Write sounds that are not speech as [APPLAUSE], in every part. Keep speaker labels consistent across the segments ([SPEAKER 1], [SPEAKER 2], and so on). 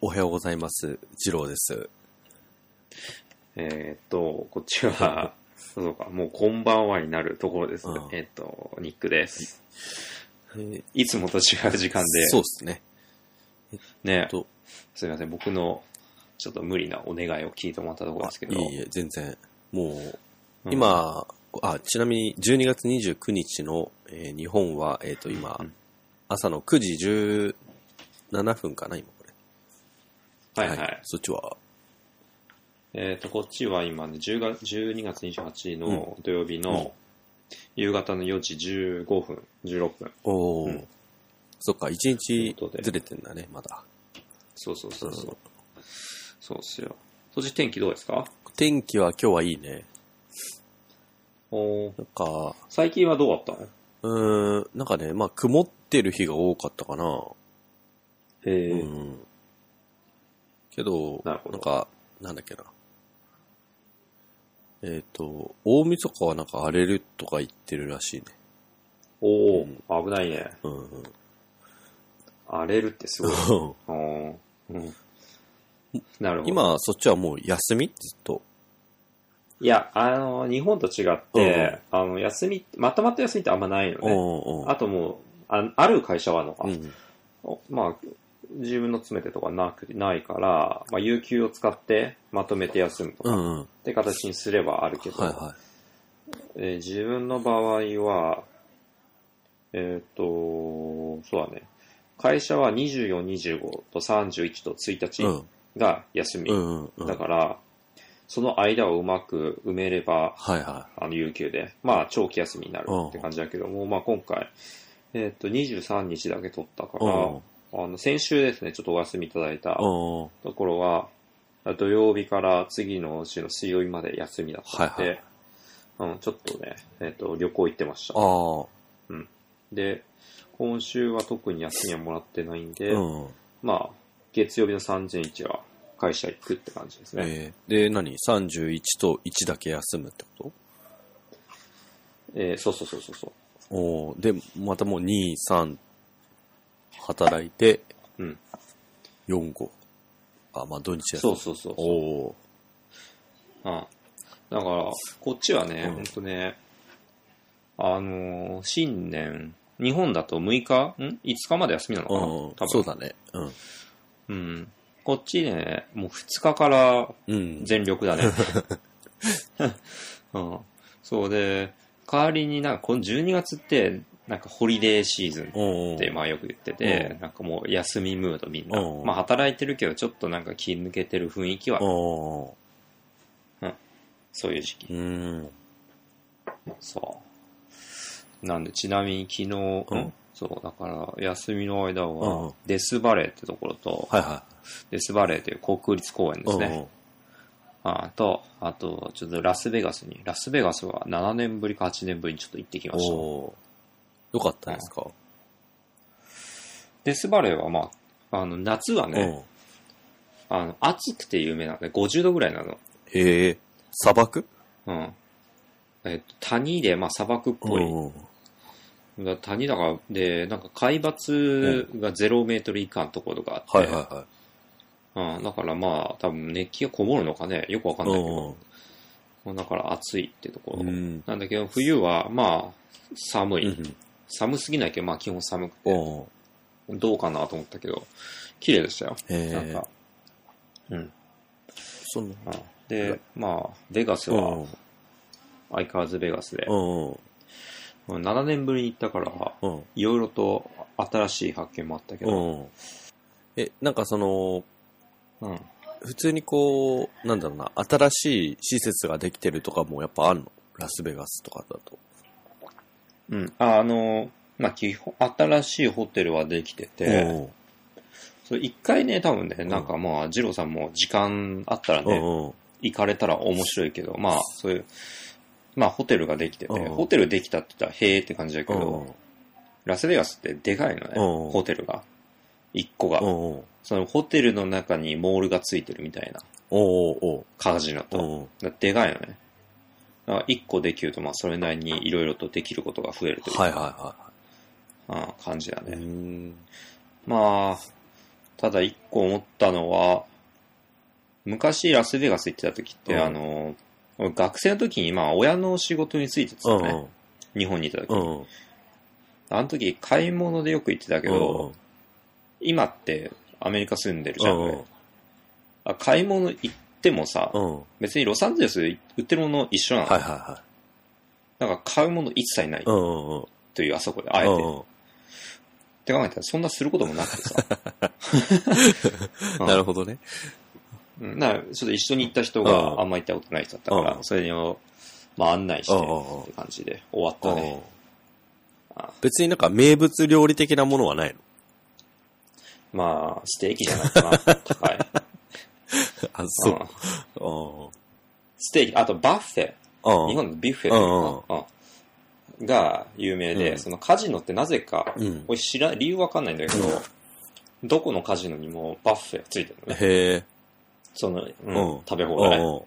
[SPEAKER 1] おはようございます。次郎です。
[SPEAKER 2] えーっと、こっちは、そうか、もうこんばんはになるところです。
[SPEAKER 1] うん
[SPEAKER 2] えーっと、ニックです。
[SPEAKER 1] えー
[SPEAKER 2] いつもと違う時間で、
[SPEAKER 1] そうですね。
[SPEAKER 2] ね
[SPEAKER 1] と、
[SPEAKER 2] すいません、僕のちょっと無理なお願いを聞いてもらったところですけど、
[SPEAKER 1] いえいえ、全然。もう、
[SPEAKER 2] うん、
[SPEAKER 1] 今、あ、ちなみに12月29日の、えー日本は、えっ、と、今、
[SPEAKER 2] うん
[SPEAKER 1] 朝の9時17分かな、今これ。
[SPEAKER 2] はいはい。
[SPEAKER 1] そっちは、
[SPEAKER 2] えーっと、こっちは今ね、10月12月28日の土曜日の夕方の4時15分、16分。
[SPEAKER 1] おお、
[SPEAKER 2] うん
[SPEAKER 1] そっか、1日
[SPEAKER 2] ということで
[SPEAKER 1] ずれてんだね、まだ。
[SPEAKER 2] そうそうそうそう。
[SPEAKER 1] うん
[SPEAKER 2] そうっすよ。そっち天気どうですか
[SPEAKER 1] 天気は今日はいいね。
[SPEAKER 2] おー
[SPEAKER 1] なんか、
[SPEAKER 2] 最近はどうだったの
[SPEAKER 1] うーん、なんかね、まあ、曇ってる日が多かったかな。
[SPEAKER 2] え
[SPEAKER 1] う
[SPEAKER 2] ー、
[SPEAKER 1] ん。けど、
[SPEAKER 2] なるほど
[SPEAKER 1] なんか、なんだっけな。えっ、と、大晦日はなんか荒れるとか言ってるらしいね。
[SPEAKER 2] おー、危ないね。
[SPEAKER 1] うんうん。
[SPEAKER 2] 荒れるってすごい。あーうん。なるほど。
[SPEAKER 1] 今、そっちはもう休みずっと。
[SPEAKER 2] いや、あの、日本と違って、あの、休み、まとまった休みってあんまないの
[SPEAKER 1] う
[SPEAKER 2] ね。
[SPEAKER 1] んうん
[SPEAKER 2] あともう、あある会社はあるのか、
[SPEAKER 1] うん。
[SPEAKER 2] おまあ、自分の詰めてとかなくないから、まあ、有給を使ってまとめて休むと
[SPEAKER 1] う
[SPEAKER 2] かっ
[SPEAKER 1] んうん。
[SPEAKER 2] て形にすればあるけど、
[SPEAKER 1] はいは
[SPEAKER 2] えー自分の場合は、えーっと、そうだね。会社は24、25と31と
[SPEAKER 1] い。
[SPEAKER 2] 1
[SPEAKER 1] う
[SPEAKER 2] 日
[SPEAKER 1] ん。
[SPEAKER 2] が休み。
[SPEAKER 1] うんうんうん。
[SPEAKER 2] だから、その間をうまく埋めれば、
[SPEAKER 1] はいは
[SPEAKER 2] あの、有給で、まあ、長期休みになるって感じだけども、まあ、今回、えっ、と、23日だけ取ったか
[SPEAKER 1] い。う
[SPEAKER 2] ら、
[SPEAKER 1] んうん。
[SPEAKER 2] あの、先週ですね、ちょっとお休みいただいた
[SPEAKER 1] うんうん。
[SPEAKER 2] ところは、土曜日から次の週の水曜日まで休みだったので、
[SPEAKER 1] はい
[SPEAKER 2] うん、ちょっとね、えっ、と、旅行行ってました。
[SPEAKER 1] ああ。
[SPEAKER 2] で、今週は特に休みはもらってないんで、
[SPEAKER 1] うん。
[SPEAKER 2] まあ、月曜日の30日は会社行くって感じですね。
[SPEAKER 1] えー、で、何 ?31 と1だけ休むってこ
[SPEAKER 2] えーそうそうそうそうそう。
[SPEAKER 1] とおーで、またもう2、3、働いて、
[SPEAKER 2] うん。
[SPEAKER 1] 4号。あ、まあ土日や
[SPEAKER 2] そうそうそう。
[SPEAKER 1] おお
[SPEAKER 2] うん。だから、こっちはね、
[SPEAKER 1] うん
[SPEAKER 2] ほんとね、あのー新年、日本だと6日ん ?5 日まで休みなのかな
[SPEAKER 1] ー。う
[SPEAKER 2] 多
[SPEAKER 1] ん。そう
[SPEAKER 2] 分。
[SPEAKER 1] だね。うん。
[SPEAKER 2] うん。こっちね、もう2日から
[SPEAKER 1] うん。
[SPEAKER 2] 全
[SPEAKER 1] [LAUGHS]
[SPEAKER 2] 力だね。 [LAUGHS] うん。そうで、代わりになんか、この12月って、なんかホリデーシーズン
[SPEAKER 1] お
[SPEAKER 2] って、まあよく言ってて、
[SPEAKER 1] う
[SPEAKER 2] なんかもう休みムードみんな。
[SPEAKER 1] うん
[SPEAKER 2] まあ働いてるけど、ちょっとなんか気抜けてる雰囲気は
[SPEAKER 1] お、お
[SPEAKER 2] そういう時期
[SPEAKER 1] ー。うん。
[SPEAKER 2] そう。なんで、ちなみに昨日、うんん、そう、だから、休みの間
[SPEAKER 1] うん
[SPEAKER 2] は、デスバレーってところと、
[SPEAKER 1] はいは
[SPEAKER 2] デスバレーという国立公園
[SPEAKER 1] い。
[SPEAKER 2] ですね。あと、あと、ちょっとラスベガスに、ラスベガスは7年ぶりか8年ぶりにちょっと行ってき
[SPEAKER 1] お
[SPEAKER 2] ました。
[SPEAKER 1] おーよかったですか
[SPEAKER 2] デスバレーは、まあ、あの、夏はね、あの、暑くて有名なので、50度ぐらいなの。
[SPEAKER 1] うんへえ、砂漠っ
[SPEAKER 2] うん。えっと、谷で、まあ、砂漠っぽい。だ谷だから、で、なんか海抜が0メートル以下のところがあって、
[SPEAKER 1] はいはいは
[SPEAKER 2] うん、だからまあ、多分熱気がこもるのかね、よくわかん
[SPEAKER 1] い。
[SPEAKER 2] ないけど、だから暑いってとこ
[SPEAKER 1] う
[SPEAKER 2] ろ。
[SPEAKER 1] ん。
[SPEAKER 2] なんだけど、冬はまあ、寒い。
[SPEAKER 1] うん。
[SPEAKER 2] 寒すぎないけど、まあ基本寒く
[SPEAKER 1] お
[SPEAKER 2] て、
[SPEAKER 1] お
[SPEAKER 2] どうかなと思ったけど、綺麗でしたよ。
[SPEAKER 1] ーへ
[SPEAKER 2] なん
[SPEAKER 1] え
[SPEAKER 2] か、、うん。
[SPEAKER 1] その
[SPEAKER 2] うんで、まあ、ベガス
[SPEAKER 1] うん
[SPEAKER 2] は、相変わらずベガスで、
[SPEAKER 1] うん
[SPEAKER 2] もう7年ぶりに行ったから、
[SPEAKER 1] うん。
[SPEAKER 2] いろいろと新しい発見もあったけど、
[SPEAKER 1] うん。え、なんかその、
[SPEAKER 2] うん。
[SPEAKER 1] 普通にこう、なんだろうな、新しい施設ができてるとかもやっぱあるのラスベガスとかだと。
[SPEAKER 2] うん。ああの、まあ基本、新しいホテルはできてて、
[SPEAKER 1] うん
[SPEAKER 2] そう、一回ね、多分ね、
[SPEAKER 1] ん
[SPEAKER 2] なんかまあ、ジローさんも時間あったら
[SPEAKER 1] う
[SPEAKER 2] ね、
[SPEAKER 1] んうん。
[SPEAKER 2] 行かれたら面白いけど、まあ、そういう、まあ、ホテルができてて、
[SPEAKER 1] うん
[SPEAKER 2] ホテルできたって言ったら、へーって感じだけど、ラスベガスってでかいのね、
[SPEAKER 1] うん
[SPEAKER 2] ホテルが。一個が
[SPEAKER 1] う。んうん。
[SPEAKER 2] そのホテルの中にモールがついてるみたいな
[SPEAKER 1] おうおう
[SPEAKER 2] カジノ
[SPEAKER 1] おう
[SPEAKER 2] と。
[SPEAKER 1] おう
[SPEAKER 2] だからでかいのね。だから一個できると、まあ、それなりにいろいろとできることが増えるというか、
[SPEAKER 1] はいはいは
[SPEAKER 2] うん感じだ
[SPEAKER 1] い。
[SPEAKER 2] ね。
[SPEAKER 1] ん。
[SPEAKER 2] まあ、ただ一個思ったのは、昔ラスベガス行ってた時って、
[SPEAKER 1] うん
[SPEAKER 2] あの、俺学生の時に、まあ、親の仕事についてた
[SPEAKER 1] う
[SPEAKER 2] の
[SPEAKER 1] ん
[SPEAKER 2] ね、日本にいた時、
[SPEAKER 1] うん。うん。
[SPEAKER 2] あの時、買い物でよく行ってたけど、今ってアメリカ住んでるじゃん、
[SPEAKER 1] うんうん
[SPEAKER 2] あ買い物行ってもさ、
[SPEAKER 1] うん。うん。
[SPEAKER 2] 別にロサンゼルスで売ってるもの一緒なの、
[SPEAKER 1] はいはいは
[SPEAKER 2] なんか買うもの一切ない
[SPEAKER 1] い。うんうんうん。
[SPEAKER 2] という、あそこで、あえて。
[SPEAKER 1] うん
[SPEAKER 2] って考えたら、そんなすることもなくて
[SPEAKER 1] [LAUGHS]
[SPEAKER 2] さ。
[SPEAKER 1] うん。なるほどね。
[SPEAKER 2] [LAUGHS] うんだから、ちょっと一緒に行った人
[SPEAKER 1] う
[SPEAKER 2] が
[SPEAKER 1] ん
[SPEAKER 2] あんま行ったことない人だったか
[SPEAKER 1] う
[SPEAKER 2] ら、
[SPEAKER 1] ん
[SPEAKER 2] それを、まあ、案内して
[SPEAKER 1] うんうんうん
[SPEAKER 2] って感じで終わったね。あ
[SPEAKER 1] 別になんか名物料理的なものはないの
[SPEAKER 2] まあ、ステーキじゃないかな。
[SPEAKER 1] [LAUGHS]
[SPEAKER 2] 高い。
[SPEAKER 1] あ、そう
[SPEAKER 2] うん。
[SPEAKER 1] うん
[SPEAKER 2] ステーキ、あとバッフェ。
[SPEAKER 1] うん。
[SPEAKER 2] 日本のビュッフェというかうんが有名
[SPEAKER 1] う
[SPEAKER 2] で、
[SPEAKER 1] ん
[SPEAKER 2] そのカジノってなぜか、
[SPEAKER 1] うん。
[SPEAKER 2] 俺知ら、理由わかんないんだけど、どこのカジノにもバッフェついてるのね。
[SPEAKER 1] へえ。
[SPEAKER 2] その、うん
[SPEAKER 1] うん
[SPEAKER 2] 食べ放
[SPEAKER 1] うん
[SPEAKER 2] 題。
[SPEAKER 1] うん。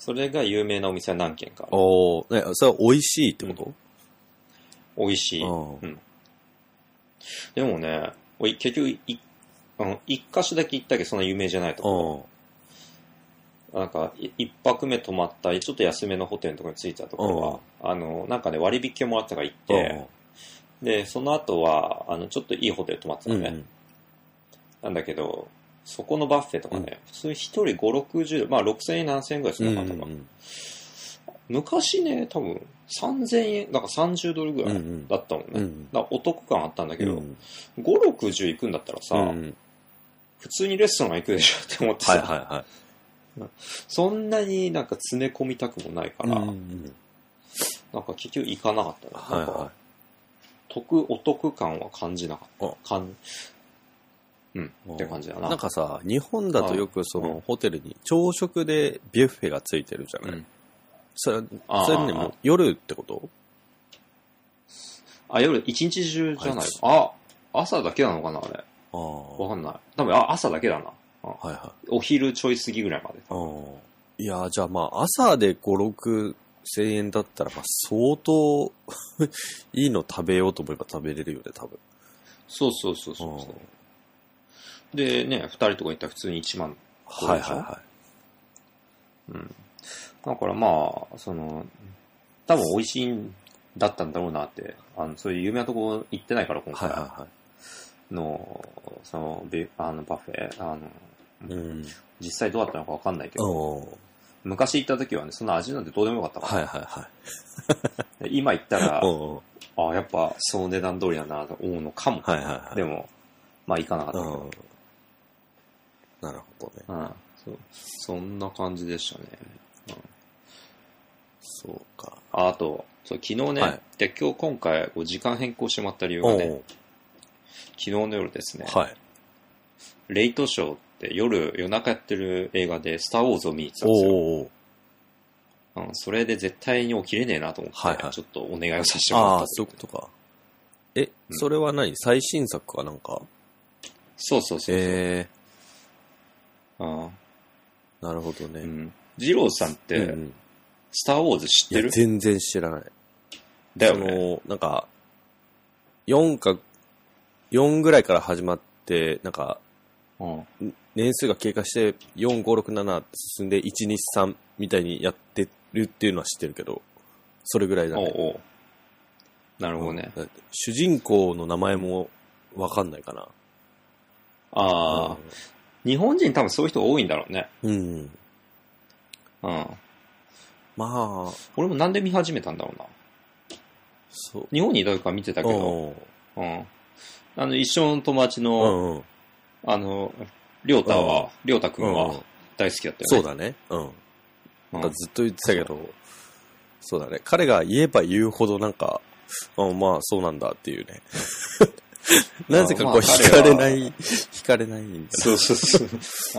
[SPEAKER 2] それが有名なお店は何軒かある。
[SPEAKER 1] おーね、それは美味しいってこ
[SPEAKER 2] 美味しい。
[SPEAKER 1] と
[SPEAKER 2] うんでもね、おい結局い、あの、一箇所だけ行ったけど、そんな有名じゃないと
[SPEAKER 1] う
[SPEAKER 2] 思
[SPEAKER 1] ん。うん。
[SPEAKER 2] う。なんか、い一泊目泊まった、ちょっと安めのホテルのとこに着いたところは、あの、なんかね、割引券もらったから行って、で、その後は、あの、ちょっといいホテル泊まってた
[SPEAKER 1] う
[SPEAKER 2] の
[SPEAKER 1] ん。
[SPEAKER 2] ね。
[SPEAKER 1] うん
[SPEAKER 2] なんだけど、そこのバッフェとかね、普通一人5、60まあ6000円、7000円ぐらいす
[SPEAKER 1] う
[SPEAKER 2] る
[SPEAKER 1] ん
[SPEAKER 2] の
[SPEAKER 1] う
[SPEAKER 2] かな、多分
[SPEAKER 1] ん。
[SPEAKER 2] 昔ね、多分3000円、なんか30ドルぐ
[SPEAKER 1] う
[SPEAKER 2] らい
[SPEAKER 1] ん
[SPEAKER 2] だったもんね。
[SPEAKER 1] うん。う
[SPEAKER 2] だ
[SPEAKER 1] ん。
[SPEAKER 2] からお得感あったんだけ
[SPEAKER 1] う
[SPEAKER 2] ど、
[SPEAKER 1] ん。
[SPEAKER 2] 5、60行くんだったらさ、
[SPEAKER 1] うん
[SPEAKER 2] 普通にレストラン行くでしょって思ってさ、
[SPEAKER 1] はいはいはい。
[SPEAKER 2] そんなになんか詰め込みたくもないから、
[SPEAKER 1] うんうん
[SPEAKER 2] なんか結局行かなかったな。
[SPEAKER 1] は
[SPEAKER 2] ないんか
[SPEAKER 1] は
[SPEAKER 2] 得、お得感は感じなかっ
[SPEAKER 1] あ
[SPEAKER 2] た。かんうん、
[SPEAKER 1] い。
[SPEAKER 2] って感じだな。
[SPEAKER 1] なんかさ、日本だとよくそうのホテルに朝食でビュッフェがついてるじゃ
[SPEAKER 2] う
[SPEAKER 1] ない
[SPEAKER 2] ん、
[SPEAKER 1] それ、
[SPEAKER 2] あー
[SPEAKER 1] それね、もう夜ってこと
[SPEAKER 2] あ、夜、一日中じゃな
[SPEAKER 1] あい
[SPEAKER 2] い
[SPEAKER 1] つ。
[SPEAKER 2] あ、朝だけなのかな、あれ。
[SPEAKER 1] あ
[SPEAKER 2] わかんない。多分、あ、朝だけだな。
[SPEAKER 1] あ。はいはい。
[SPEAKER 2] お昼ちょい過ぎぐらいまで。
[SPEAKER 1] うんいやー、じゃあまあ、朝で5、6千円だったら、まあ、相当、いいの食べようと思えば食べれるよね、多分。
[SPEAKER 2] そうそうそうそうそう。で、ね、二人とか行ったら普通に1万。
[SPEAKER 1] はいはいは
[SPEAKER 2] うん。だからまあ、その、多分美味しいんだったんだろうなって、あの、そういう有名なとこ行ってないから、今
[SPEAKER 1] い。はい
[SPEAKER 2] 回
[SPEAKER 1] は
[SPEAKER 2] の、その、ビュあの、バッフェ、あの、
[SPEAKER 1] いはい。うん。
[SPEAKER 2] 実際どうだったのかわかんないけど、
[SPEAKER 1] うん。
[SPEAKER 2] 昔行った時はね、そんな味なんてどうでもよかったから、
[SPEAKER 1] はいはいは
[SPEAKER 2] で今行ったら
[SPEAKER 1] い。う、ん。
[SPEAKER 2] あやっぱその値段通りだなと思うのかも。
[SPEAKER 1] はいはいはい。
[SPEAKER 2] でも、まあ行かなかった
[SPEAKER 1] う
[SPEAKER 2] けど。
[SPEAKER 1] ん。なるほどね。
[SPEAKER 2] うんそうそんな感じでしたね。
[SPEAKER 1] そうか。
[SPEAKER 2] ああと、そう昨日ね、
[SPEAKER 1] はい
[SPEAKER 2] で今日今回こう時間変更してもらった理由
[SPEAKER 1] う
[SPEAKER 2] がね、
[SPEAKER 1] ん。
[SPEAKER 2] 昨日の夜ですね、
[SPEAKER 1] はい。
[SPEAKER 2] レイトショーって夜、夜中やってる映画で、スター・ウォーズを見に行ってたんですよ。
[SPEAKER 1] おー。
[SPEAKER 2] うん、それで絶対に起きれねえなと思って、
[SPEAKER 1] はいはい
[SPEAKER 2] ちょっとお願いをさせてもら
[SPEAKER 1] あ
[SPEAKER 2] っ
[SPEAKER 1] あ
[SPEAKER 2] た、
[SPEAKER 1] そういう
[SPEAKER 2] と
[SPEAKER 1] ことか。え、それは何最新作かなんか
[SPEAKER 2] そうそうそう。
[SPEAKER 1] え
[SPEAKER 2] あ
[SPEAKER 1] ー、なるほど
[SPEAKER 2] ーう
[SPEAKER 1] ね。
[SPEAKER 2] ん、二郎さんって、
[SPEAKER 1] うんうん
[SPEAKER 2] スター・ウォーズ知っ
[SPEAKER 1] い
[SPEAKER 2] て
[SPEAKER 1] や、
[SPEAKER 2] る
[SPEAKER 1] 全然知らない。
[SPEAKER 2] だよ
[SPEAKER 1] そ
[SPEAKER 2] ね。
[SPEAKER 1] の、なんか、4か、4ぐらいから始まって、なんか、
[SPEAKER 2] うん
[SPEAKER 1] 年数が経過して、4、5、6、7って進んで、1、2、3みたいにやってるっていうのは知ってるけど、それぐらいだ
[SPEAKER 2] おう
[SPEAKER 1] ね。
[SPEAKER 2] おうなるほどね。
[SPEAKER 1] だって主人公の名前もわかんないかな。
[SPEAKER 2] ああ、日本人多分そういう人多いんだろうね。
[SPEAKER 1] うん。うん。
[SPEAKER 2] うん。
[SPEAKER 1] まあ、
[SPEAKER 2] 俺もなんで見始めたんだろうな。
[SPEAKER 1] そう。
[SPEAKER 2] 日本にいた時から見てたけど、
[SPEAKER 1] うん
[SPEAKER 2] うん。あの、一緒の友達
[SPEAKER 1] うん
[SPEAKER 2] の、
[SPEAKER 1] うん。
[SPEAKER 2] あの、りょうたは、りょうたくん
[SPEAKER 1] うん
[SPEAKER 2] は大好きだった
[SPEAKER 1] そ
[SPEAKER 2] よ
[SPEAKER 1] うだ
[SPEAKER 2] ね。
[SPEAKER 1] ね。うん。な
[SPEAKER 2] そうんだ
[SPEAKER 1] かずっと言ってたけど、そうだね。彼が言えば言うほどなんか、あまあそうなんだって [LAUGHS] いうね。なぜかこう
[SPEAKER 2] まあ彼
[SPEAKER 1] 惹
[SPEAKER 2] は
[SPEAKER 1] かれない、惹かれないんだ。
[SPEAKER 2] そうそうそ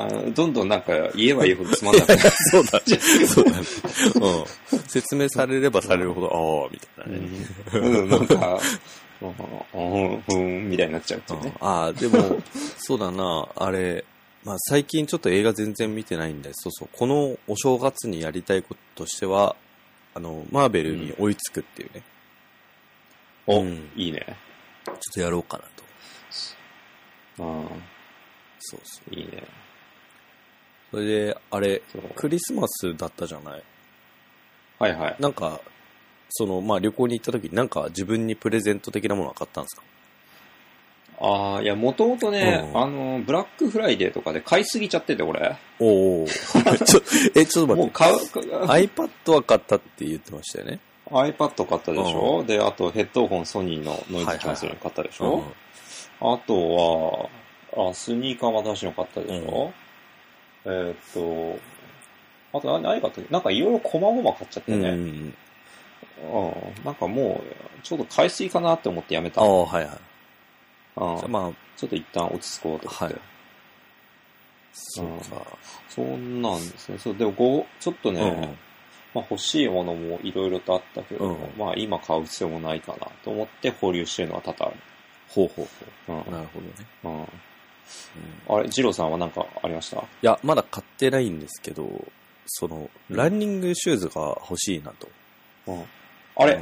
[SPEAKER 2] う。 [LAUGHS] あのどんどんなんか言えば言うほどつまんなくなる。
[SPEAKER 1] そうだね。 [LAUGHS] そうだね。うん。説明されればされるほど、ああ、みたいなね。
[SPEAKER 2] うん、なんか、うん、うん、みたいになっちゃうっていう
[SPEAKER 1] うん
[SPEAKER 2] ね。
[SPEAKER 1] ああ、で
[SPEAKER 2] [LAUGHS]
[SPEAKER 1] も、そうだな、あれ、まあ最近ちょっと映画全然見てないんで、そうそう、このお正月にやりたいこととしては、あの、マーベルに追いつくっていうね。
[SPEAKER 2] お
[SPEAKER 1] うん
[SPEAKER 2] いいね。
[SPEAKER 1] ちょっとやろうかなと。
[SPEAKER 2] うん。
[SPEAKER 1] そうそう。
[SPEAKER 2] いいね。
[SPEAKER 1] それで、あれ、
[SPEAKER 2] そう
[SPEAKER 1] クリスマスだったじゃない
[SPEAKER 2] はいはい。
[SPEAKER 1] なんか、その、まあ旅行に行った時になんか自分にプレゼント的なものは買ったんですか
[SPEAKER 2] ああ、いや、もともとね、
[SPEAKER 1] うん
[SPEAKER 2] あの、ブラックフライデーとかで買いすぎちゃってて、俺。
[SPEAKER 1] おお [LAUGHS] ちょ、え、ちょっと待
[SPEAKER 2] も
[SPEAKER 1] っ
[SPEAKER 2] う
[SPEAKER 1] て。
[SPEAKER 2] 買う、
[SPEAKER 1] iPad は買ったって言ってましたよね。
[SPEAKER 2] iPad 買ったでしょ、で、あとヘッドホンソニーのノイズキャンセルの買ったでしょ、あとは、あ、スニーカーも新しいの買ったでしょ、えーっと、あと何何買ったっけなんかいろいろ細々買っちゃっ
[SPEAKER 1] う
[SPEAKER 2] て
[SPEAKER 1] ん。うん
[SPEAKER 2] ね、
[SPEAKER 1] う
[SPEAKER 2] うん
[SPEAKER 1] ん。
[SPEAKER 2] なんかもう、ちょっと買いすぎかなって思ってやめた。
[SPEAKER 1] あ
[SPEAKER 2] うん
[SPEAKER 1] あ、はいはい。じゃあまあ、
[SPEAKER 2] ちょっと一旦落ち着こうと思って。
[SPEAKER 1] はいそうか。
[SPEAKER 2] そんなんですね。そう、でもご、ちょっとね、
[SPEAKER 1] うん
[SPEAKER 2] まあ欲しいものもいろいろとあったけど、
[SPEAKER 1] うん
[SPEAKER 2] まあ今買う必要もないかなと思って保留してるのは多々ある。
[SPEAKER 1] ほうほう
[SPEAKER 2] うん
[SPEAKER 1] ほう。なるほどね。
[SPEAKER 2] うん
[SPEAKER 1] うん
[SPEAKER 2] あれ、ジローさんは何かありました
[SPEAKER 1] いや、まだ買ってないんですけど、その、ランニングシューズが欲しいなと。
[SPEAKER 2] あ
[SPEAKER 1] うん
[SPEAKER 2] れ
[SPEAKER 1] い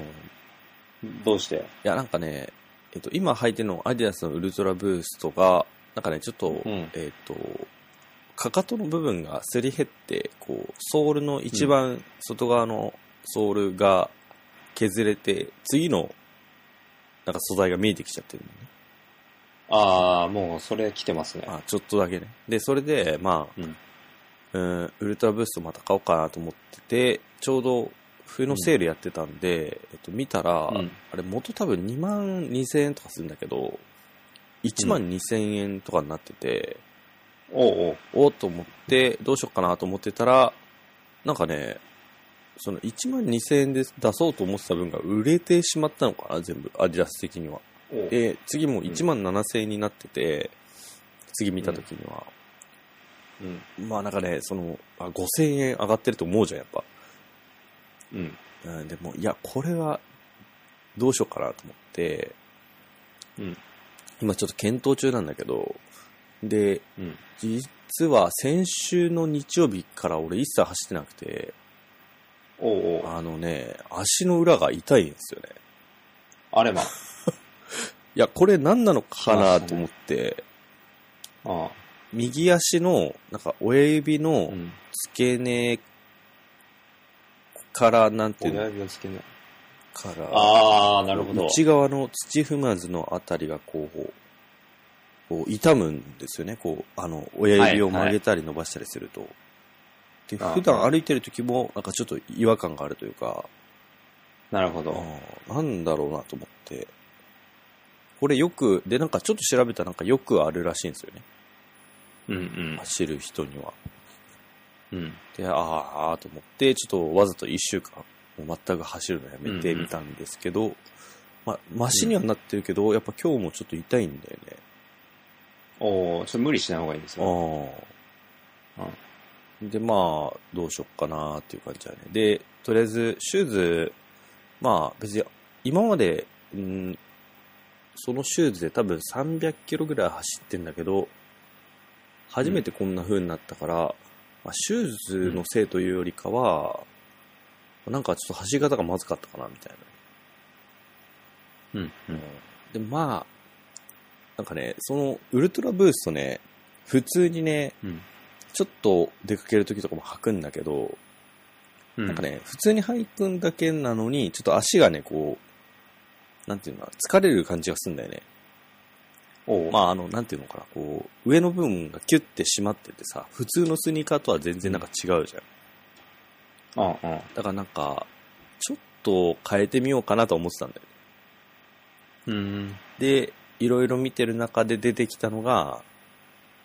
[SPEAKER 2] どうして
[SPEAKER 1] や、なんかね、えっと、今履いてるの、アディダスのウルトラブーストが、なんかね、ちょっと、
[SPEAKER 2] うん。
[SPEAKER 1] えっと、かかとの部分がすり減って、こう、ソールの一番外側のソールが削れて、次の、なんか素材が見えてきちゃってるのね。
[SPEAKER 2] ああ、もうそれ来てますね。
[SPEAKER 1] あ、ちょっとだけね。で、それで、まあ、
[SPEAKER 2] うん
[SPEAKER 1] うん、ウルトラブーストまた買おうかなと思ってて、ちょうど冬のセールやってたんで、えっと、見たら、
[SPEAKER 2] うん
[SPEAKER 1] あれ元多分2万2千円とかするんだけど、1万2千円とかになってて、
[SPEAKER 2] おうおう。
[SPEAKER 1] おっと思って、どうしようかなと思ってたら、なんかね、その1万2千円で出そうと思ってた分が売れてしまったのかな、全部、アディダス的には。
[SPEAKER 2] おう
[SPEAKER 1] で、次も1万7千円になってて、次見た時には、
[SPEAKER 2] うん。
[SPEAKER 1] まあなんかね、その、あ5000円上がってると思うじゃん、やっぱ。
[SPEAKER 2] うん。
[SPEAKER 1] うん、でも、いや、これは、どうしようかなと思って、
[SPEAKER 2] うん。
[SPEAKER 1] 今ちょっと検討中なんだけど、で、
[SPEAKER 2] うん。
[SPEAKER 1] 実は先週の日曜日から俺一切走ってなくて、
[SPEAKER 2] おうおう。
[SPEAKER 1] あのね、足の裏が痛いんですよね。
[SPEAKER 2] あれま。
[SPEAKER 1] いや、これ何なのかなと思って、
[SPEAKER 2] あ
[SPEAKER 1] 右足の、なんか親指
[SPEAKER 2] あ。う
[SPEAKER 1] の
[SPEAKER 2] ん。
[SPEAKER 1] 付け根から、なんていう
[SPEAKER 2] 親
[SPEAKER 1] の
[SPEAKER 2] 指の付け根。
[SPEAKER 1] から、
[SPEAKER 2] ああ、なるほど。
[SPEAKER 1] 内側の土踏まずのあたりがこう、こう痛むんですよね。こう、あの、親指を曲げたり伸ばしたりすると。で、
[SPEAKER 2] ああ
[SPEAKER 1] 普段歩いてる時も、なんかちょっと違和感があるというか、
[SPEAKER 2] なるほ
[SPEAKER 1] あ
[SPEAKER 2] ど。
[SPEAKER 1] ーなんだろうなと思って。これよく、で、なんかちょっと調べたらなんかよくあるらしいんですよね。
[SPEAKER 2] うんうん。
[SPEAKER 1] 走る人には。
[SPEAKER 2] うん。
[SPEAKER 1] で、あーあーと思って、ちょっとわざと1週間、もう全く走るのやめて
[SPEAKER 2] うんうん
[SPEAKER 1] みたんですけど、まあ、マシにはなってるけど、やっぱ今日もちょっと痛いんだよね。
[SPEAKER 2] おう、ちょっと無理しない方がいいですよ。
[SPEAKER 1] ああ。で、まあ、どうしよっかなっていう感じだね。で、とりあえず、シューズ、まあ、別に、今まで、うん、そのシューズで多分300キロぐらい走ってんだけど、初めてこんな風になったから、まあ、シューズのせいというよりかは、なんかちょっと走り方がまずかったかな、みたいな。
[SPEAKER 2] うん。うん。
[SPEAKER 1] で、まあ、なんかね、そのウルトラブーストね、普通にね、
[SPEAKER 2] うん
[SPEAKER 1] ちょっと出かけるときとかも履くんだけど、
[SPEAKER 2] うん。
[SPEAKER 1] なんかね、普通に履くんだけなのに、ちょっと足がね、こう、なんていうのかな、疲れる感じがするんだよね。
[SPEAKER 2] おう。
[SPEAKER 1] まあ、あの、なんていうのかな、こう、上の部分がキュッて締まっててさ、普通のスニーカーとは全然なんか違うじゃん。
[SPEAKER 2] あ、うん。
[SPEAKER 1] だからなんか、ちょっと変えてみようかなと思ってたんだよね。
[SPEAKER 2] うん。
[SPEAKER 1] で、いろいろ見てる中で出てきたのが、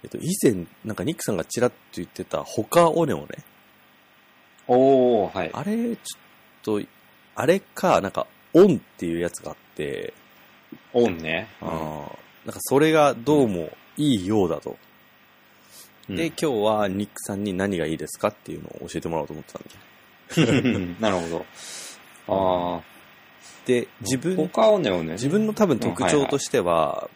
[SPEAKER 1] えっと、以前、なんかニックさんがちらっと言ってた、ホカオネオね。
[SPEAKER 2] おう、はい。
[SPEAKER 1] あれ、ちょっと、あれか、なんか、オンっていうやつがあって、
[SPEAKER 2] オンね。
[SPEAKER 1] あーなんかそれがどうもいいようだと。
[SPEAKER 2] うん
[SPEAKER 1] で、今日はニックさんに何がいいですかっていうのを教えてもらおうと思ってたんだ
[SPEAKER 2] [LAUGHS] なるほど。ああ。
[SPEAKER 1] けど。で、自分、
[SPEAKER 2] 他をね、をね
[SPEAKER 1] 自分の多分特徴と
[SPEAKER 2] し
[SPEAKER 1] し
[SPEAKER 2] て。
[SPEAKER 1] ては、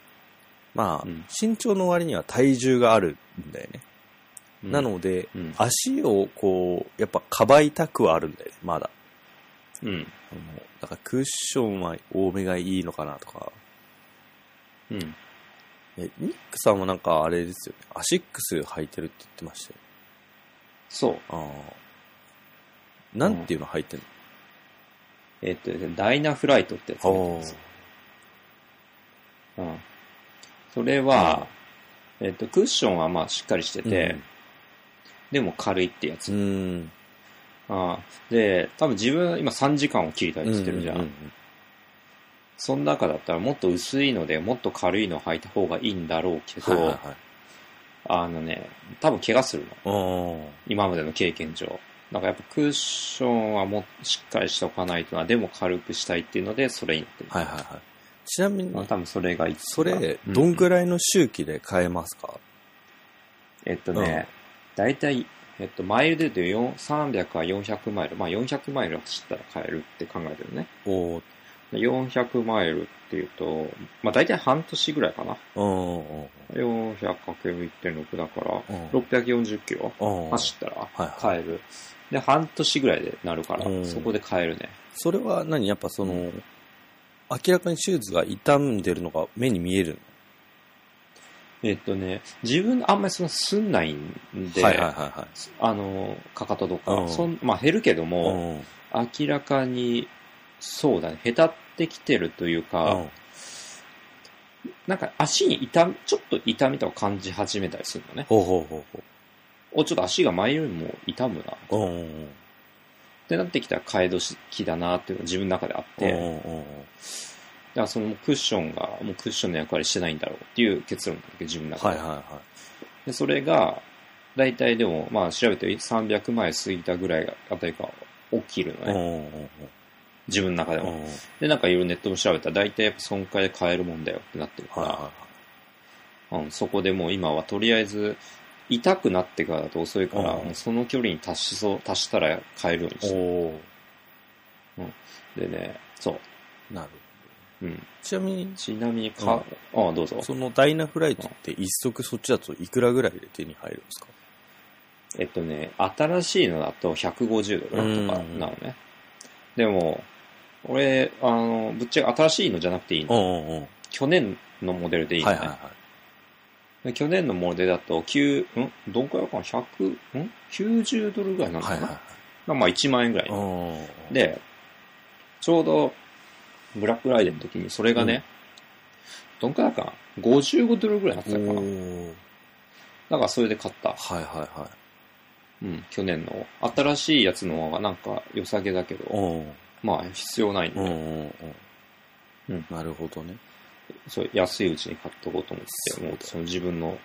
[SPEAKER 1] まあ
[SPEAKER 2] うん、
[SPEAKER 1] 身長の割には体重があるんだよね。
[SPEAKER 2] うん
[SPEAKER 1] な、ので、
[SPEAKER 2] うん。
[SPEAKER 1] 足をこう、やっぱかばいたくはあるんだよね、まだ。
[SPEAKER 2] うん。
[SPEAKER 1] あのだからクッションは多めがいいのかなとか、
[SPEAKER 2] うん。
[SPEAKER 1] えニックさんもなんかあれですよね。アシックス履いてるって言ってましたよ。
[SPEAKER 2] そう。
[SPEAKER 1] ああ。なんていうの履いてる
[SPEAKER 2] えっとですね、ダイナフライトってやつ
[SPEAKER 1] の、
[SPEAKER 2] なんですようん。それは、えっと、クッションはまあしっかりしてて、
[SPEAKER 1] うん
[SPEAKER 2] でも軽いってやつ。
[SPEAKER 1] うーん。
[SPEAKER 2] あーで、多分自分今3時間を切りたいって言ってるじゃん。
[SPEAKER 1] うんうん
[SPEAKER 2] その中だったらもっと薄いので、もっと軽いのを履いた方がいいんだろうけ
[SPEAKER 1] うん
[SPEAKER 2] ど、
[SPEAKER 1] はいはいはい。
[SPEAKER 2] あのね、多分怪我するの。
[SPEAKER 1] お
[SPEAKER 2] 今までの経験上。だからやっぱクッションはもうしっかりしておかないとな、でも軽くしたいっていうので、それになってる。
[SPEAKER 1] はいはいはい。ちなみ
[SPEAKER 2] まあ
[SPEAKER 1] に、
[SPEAKER 2] 多分それが一番
[SPEAKER 1] それ、どん
[SPEAKER 2] らい
[SPEAKER 1] ぐらいの周期で変えますか、
[SPEAKER 2] えっとね、だいたい、えっと、マイルで言うと400 300から400マイル。まあ、400マイル走ったら買えるって考えてるね。
[SPEAKER 1] おー
[SPEAKER 2] で400マイルっていうと、まあ、だいたい半年ぐらいかな。
[SPEAKER 1] うんうんうん
[SPEAKER 2] 400×1.6 だから、
[SPEAKER 1] うん
[SPEAKER 2] 640キロ
[SPEAKER 1] うん
[SPEAKER 2] 走ったら
[SPEAKER 1] はいはい。
[SPEAKER 2] 買える。で、半年ぐらいでなるから、
[SPEAKER 1] うん
[SPEAKER 2] そこで買えるね。
[SPEAKER 1] それは何やっぱその、
[SPEAKER 2] う
[SPEAKER 1] 明らかにシューズが傷んでるのが目に見える
[SPEAKER 2] えっとね、自分あんまりそのすんないん
[SPEAKER 1] の
[SPEAKER 2] で、
[SPEAKER 1] はいはいはいはい。
[SPEAKER 2] あの、かかととか、
[SPEAKER 1] うん
[SPEAKER 2] そんまあ減るけど
[SPEAKER 1] う
[SPEAKER 2] も、
[SPEAKER 1] ん。
[SPEAKER 2] 明らかに、そうだね、へたってきてるというか、
[SPEAKER 1] うん
[SPEAKER 2] なんか足に痛み、ちょっと痛みとか感じ始めたりするのね。
[SPEAKER 1] ほうほうほう
[SPEAKER 2] お、ちょっと足が前よりも痛むな。っ
[SPEAKER 1] ほう。うんうん
[SPEAKER 2] てなってきたら替え時だなっていうのが自分の中であ
[SPEAKER 1] うん。
[SPEAKER 2] っ
[SPEAKER 1] う
[SPEAKER 2] て、だか
[SPEAKER 1] んうんうん
[SPEAKER 2] らそのクッションが、もうクッションの役割してないんだろうっていう結論なんだけど、自分の中
[SPEAKER 1] はいは
[SPEAKER 2] で。
[SPEAKER 1] いは
[SPEAKER 2] でそれが、大体でも、まあ調べて300枚過ぎたぐらいあたりか起きるの
[SPEAKER 1] い。うん
[SPEAKER 2] ね。
[SPEAKER 1] うん
[SPEAKER 2] 自分の中で
[SPEAKER 1] うんう
[SPEAKER 2] も。
[SPEAKER 1] ん。はい
[SPEAKER 2] で、なんかいろいろネットも調べたら、大体やっぱ損壊で買えるもんだよってなってるから、
[SPEAKER 1] は
[SPEAKER 2] うん、そこでもう今はとりあえず、痛くなってからだと遅いから、
[SPEAKER 1] うん
[SPEAKER 2] もうその距離に達しそう、達したら変えるよう
[SPEAKER 1] いはい。
[SPEAKER 2] にし
[SPEAKER 1] おお。
[SPEAKER 2] て。でね、そう。
[SPEAKER 1] なる
[SPEAKER 2] うん、
[SPEAKER 1] ちなみに、
[SPEAKER 2] ちなみにか、ああ、どうぞ。
[SPEAKER 1] そのダイナフライトって一足そっちだといくらぐらいで手に入るんですか
[SPEAKER 2] えっとね、新しいのだと150ドルとかなのね。でも、俺、あの、ぶっちゃけ新しいのじゃなくていいの。
[SPEAKER 1] んうんうん。
[SPEAKER 2] 去年のモデルでいいの
[SPEAKER 1] は
[SPEAKER 2] ね。
[SPEAKER 1] いはいはい。
[SPEAKER 2] で去年のモデルだと、9、んどんくらいかな ?100、ん ?90 ドルぐらいなのか
[SPEAKER 1] は
[SPEAKER 2] な、
[SPEAKER 1] いは
[SPEAKER 2] まあ1万円ぐらい
[SPEAKER 1] い。うん。
[SPEAKER 2] で、ちょうど、ブラックライデンの時に、それがね、どんくらいだかな ?55 ドルぐらいだっ
[SPEAKER 1] お
[SPEAKER 2] たのかなだ
[SPEAKER 1] ー
[SPEAKER 2] からそれで買った。
[SPEAKER 1] はいはいは
[SPEAKER 2] うん、去年の。新しいやつの方がなんか良さげだけ
[SPEAKER 1] い。う
[SPEAKER 2] ど、
[SPEAKER 1] ん。
[SPEAKER 2] まあ必要ないんで、
[SPEAKER 1] うんうんう
[SPEAKER 2] うんん。
[SPEAKER 1] なるほどね。
[SPEAKER 2] そう安いうちに買っとこうと思って、
[SPEAKER 1] そうだ
[SPEAKER 2] もうその自分の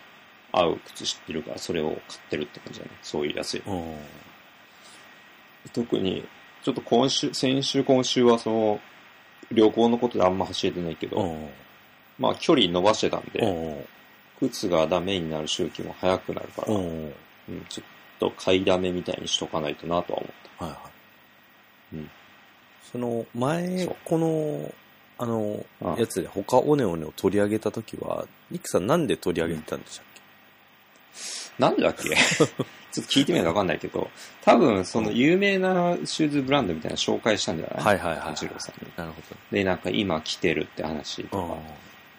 [SPEAKER 2] 合う靴知ってるから、それを買ってるって感じだね。そういう安い。
[SPEAKER 1] うん。
[SPEAKER 2] 特に、ちょっと今週、先週今週はその、旅行のことであんま走れてないけど、
[SPEAKER 1] うん。
[SPEAKER 2] まあ距離伸ばしてたんで、
[SPEAKER 1] うん。
[SPEAKER 2] 靴がダメになる周期も早くなるから、
[SPEAKER 1] う
[SPEAKER 2] うん
[SPEAKER 1] ん。はい
[SPEAKER 2] ちょっと買いだめみたいにしとかないとなとは思った。
[SPEAKER 1] はい。
[SPEAKER 2] うん。
[SPEAKER 1] その、前
[SPEAKER 2] そう、
[SPEAKER 1] この、あの
[SPEAKER 2] あ、あ
[SPEAKER 1] やつで他オネオネを取り上げたときは、ニックさんなんで取り上げてたんでしたっけ
[SPEAKER 2] なんでだっけちょっと聞いてみないとわかんないけど、多分その有名なシューズブランドみたいなの紹介したんじゃない。
[SPEAKER 1] はいいはいはい。
[SPEAKER 2] 一郎さんに。
[SPEAKER 1] なるほ
[SPEAKER 2] で、なんか今来てるって話と
[SPEAKER 1] ど。
[SPEAKER 2] か。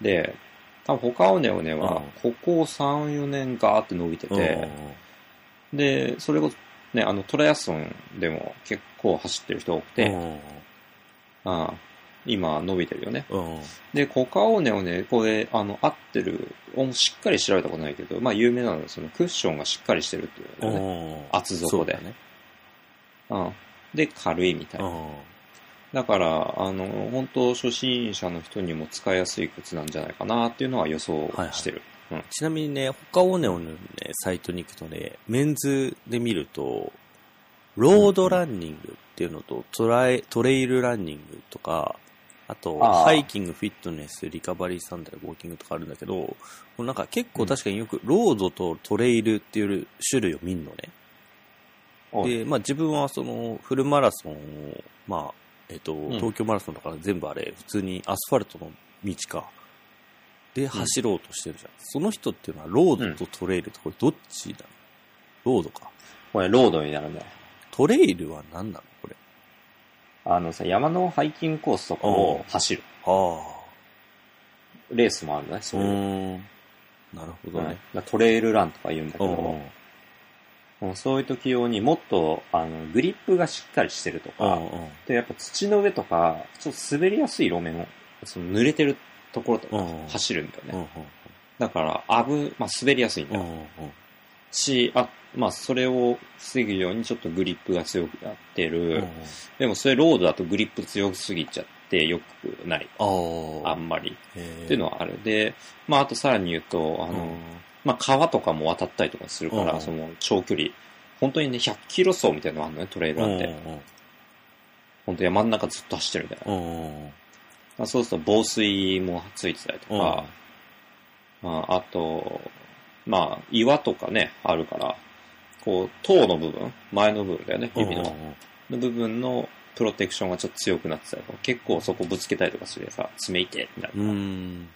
[SPEAKER 2] で、多分他オネオネは
[SPEAKER 1] うん、
[SPEAKER 2] ここ3、4年ガーって伸びて
[SPEAKER 1] うん。
[SPEAKER 2] て、で、それこそ、ね、あの、トライアスロンでも結構走ってる人多くて、ああ今伸びてるよね。
[SPEAKER 1] うん。うん。
[SPEAKER 2] で、コカオーネをね、これ、あの、合ってる、しっかり調べたことないけど、まあ有名なのは、そのクッションがしっかりしてるっていう
[SPEAKER 1] う
[SPEAKER 2] のね。
[SPEAKER 1] ん。
[SPEAKER 2] 厚底で
[SPEAKER 1] そうだね。
[SPEAKER 2] うん。で、軽いみたいうな。
[SPEAKER 1] ん。
[SPEAKER 2] だから、あの、本当初心者の人にも使いやすい靴なんじゃないかなっていうのは予想してる。
[SPEAKER 1] ちなみにね、他オネオネのね、サイトに行くとね、メンズで見ると、ロードランニングっていうのと、トライ、トレイルランニングとか、あと、
[SPEAKER 2] あー
[SPEAKER 1] ハイキング、フィットネス、リカバリーサンダル、ウォーキングとかあるんだけど、このなんか結構確かによく、ロードとトレイルっていう種類を見るのね。
[SPEAKER 2] おい
[SPEAKER 1] で、まあ自分はその、フルマラソンを、まあ、えっと、
[SPEAKER 2] ん
[SPEAKER 1] 東京マラソンだから全部あれ、普通にアスファルトの道か。で、走ろうとしてるじゃん。その人っていうのは、ロードとトレイルってこれどっちだロードか。
[SPEAKER 2] これ、ロードになるね。
[SPEAKER 1] トレイルは何なのこれ。
[SPEAKER 2] あのさ、山のハイキングコースとかを走る。
[SPEAKER 1] ああ。
[SPEAKER 2] レースもあるね、そうういう。
[SPEAKER 1] ーん。なるほど
[SPEAKER 2] はい
[SPEAKER 1] ね。、
[SPEAKER 2] だトレイルランとか言うんだけ
[SPEAKER 1] うん
[SPEAKER 2] ど、
[SPEAKER 1] うん
[SPEAKER 2] もうそういう時用にもっとあのグリップがしっかりしてると
[SPEAKER 1] う
[SPEAKER 2] か、
[SPEAKER 1] んうん
[SPEAKER 2] でやっぱ土の上とか、ちょっと滑りやすい路面を、その濡れてるところとか
[SPEAKER 1] うんうん
[SPEAKER 2] 走るんだよね。
[SPEAKER 1] うんうん
[SPEAKER 2] だから、危、まあ滑りやすいんだ
[SPEAKER 1] う
[SPEAKER 2] よ。
[SPEAKER 1] んうん
[SPEAKER 2] し、あ、まあそれを防ぐようにちょっとグリップが強くなって
[SPEAKER 1] う
[SPEAKER 2] る。
[SPEAKER 1] ん
[SPEAKER 2] でもそれロードだとグリップ強すぎちゃって良くない。
[SPEAKER 1] うんあ
[SPEAKER 2] あ
[SPEAKER 1] あ。
[SPEAKER 2] んまり。
[SPEAKER 1] へえ
[SPEAKER 2] っていうのはある。で、まああとさらに言うと、あの、
[SPEAKER 1] うん
[SPEAKER 2] まあ川とかも渡ったりとかするから、
[SPEAKER 1] うん
[SPEAKER 2] その長距離。本当にね、100キロ走みたいなのがあるのね、トレイルなんて。本当山の中ずっと走ってるみたいな。
[SPEAKER 1] うんうんうん
[SPEAKER 2] まあ、そうすると防水もついてたりとか、まあ、あと、まあ、岩とかね、あるから、こう、頭の部分、前の部分だよね、
[SPEAKER 1] うん
[SPEAKER 2] 指の。の部分のプロテクションがちょっと強くなってたりとか、結構そこぶつけたりとかするやさ、爪いて、みたいな、
[SPEAKER 1] うんうん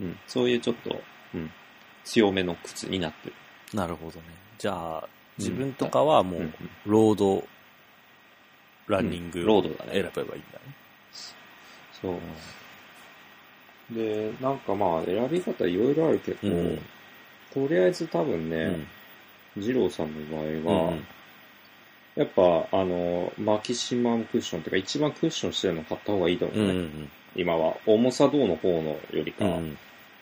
[SPEAKER 2] うん。そういうちょっと、うん、強めの靴になってる。
[SPEAKER 1] なるほどね。じゃあ、自分とかはも
[SPEAKER 2] うんう、
[SPEAKER 1] うんロード、ランニング、
[SPEAKER 2] ロードだね
[SPEAKER 1] 選べばいいんだね。
[SPEAKER 2] そう。で、なんかまあ、選び方いろいろあるけど、
[SPEAKER 1] うん
[SPEAKER 2] とりあえず多分ね、
[SPEAKER 1] うん
[SPEAKER 2] 二郎さんの場合は、
[SPEAKER 1] うん
[SPEAKER 2] やっぱ、あの、マキシマムクッションとか、一番クッションしてるの買った方がいいと思う
[SPEAKER 1] う
[SPEAKER 2] ね
[SPEAKER 1] ん。うん
[SPEAKER 2] 今は。重さどうの方のよ
[SPEAKER 1] う
[SPEAKER 2] りか、
[SPEAKER 1] んうん。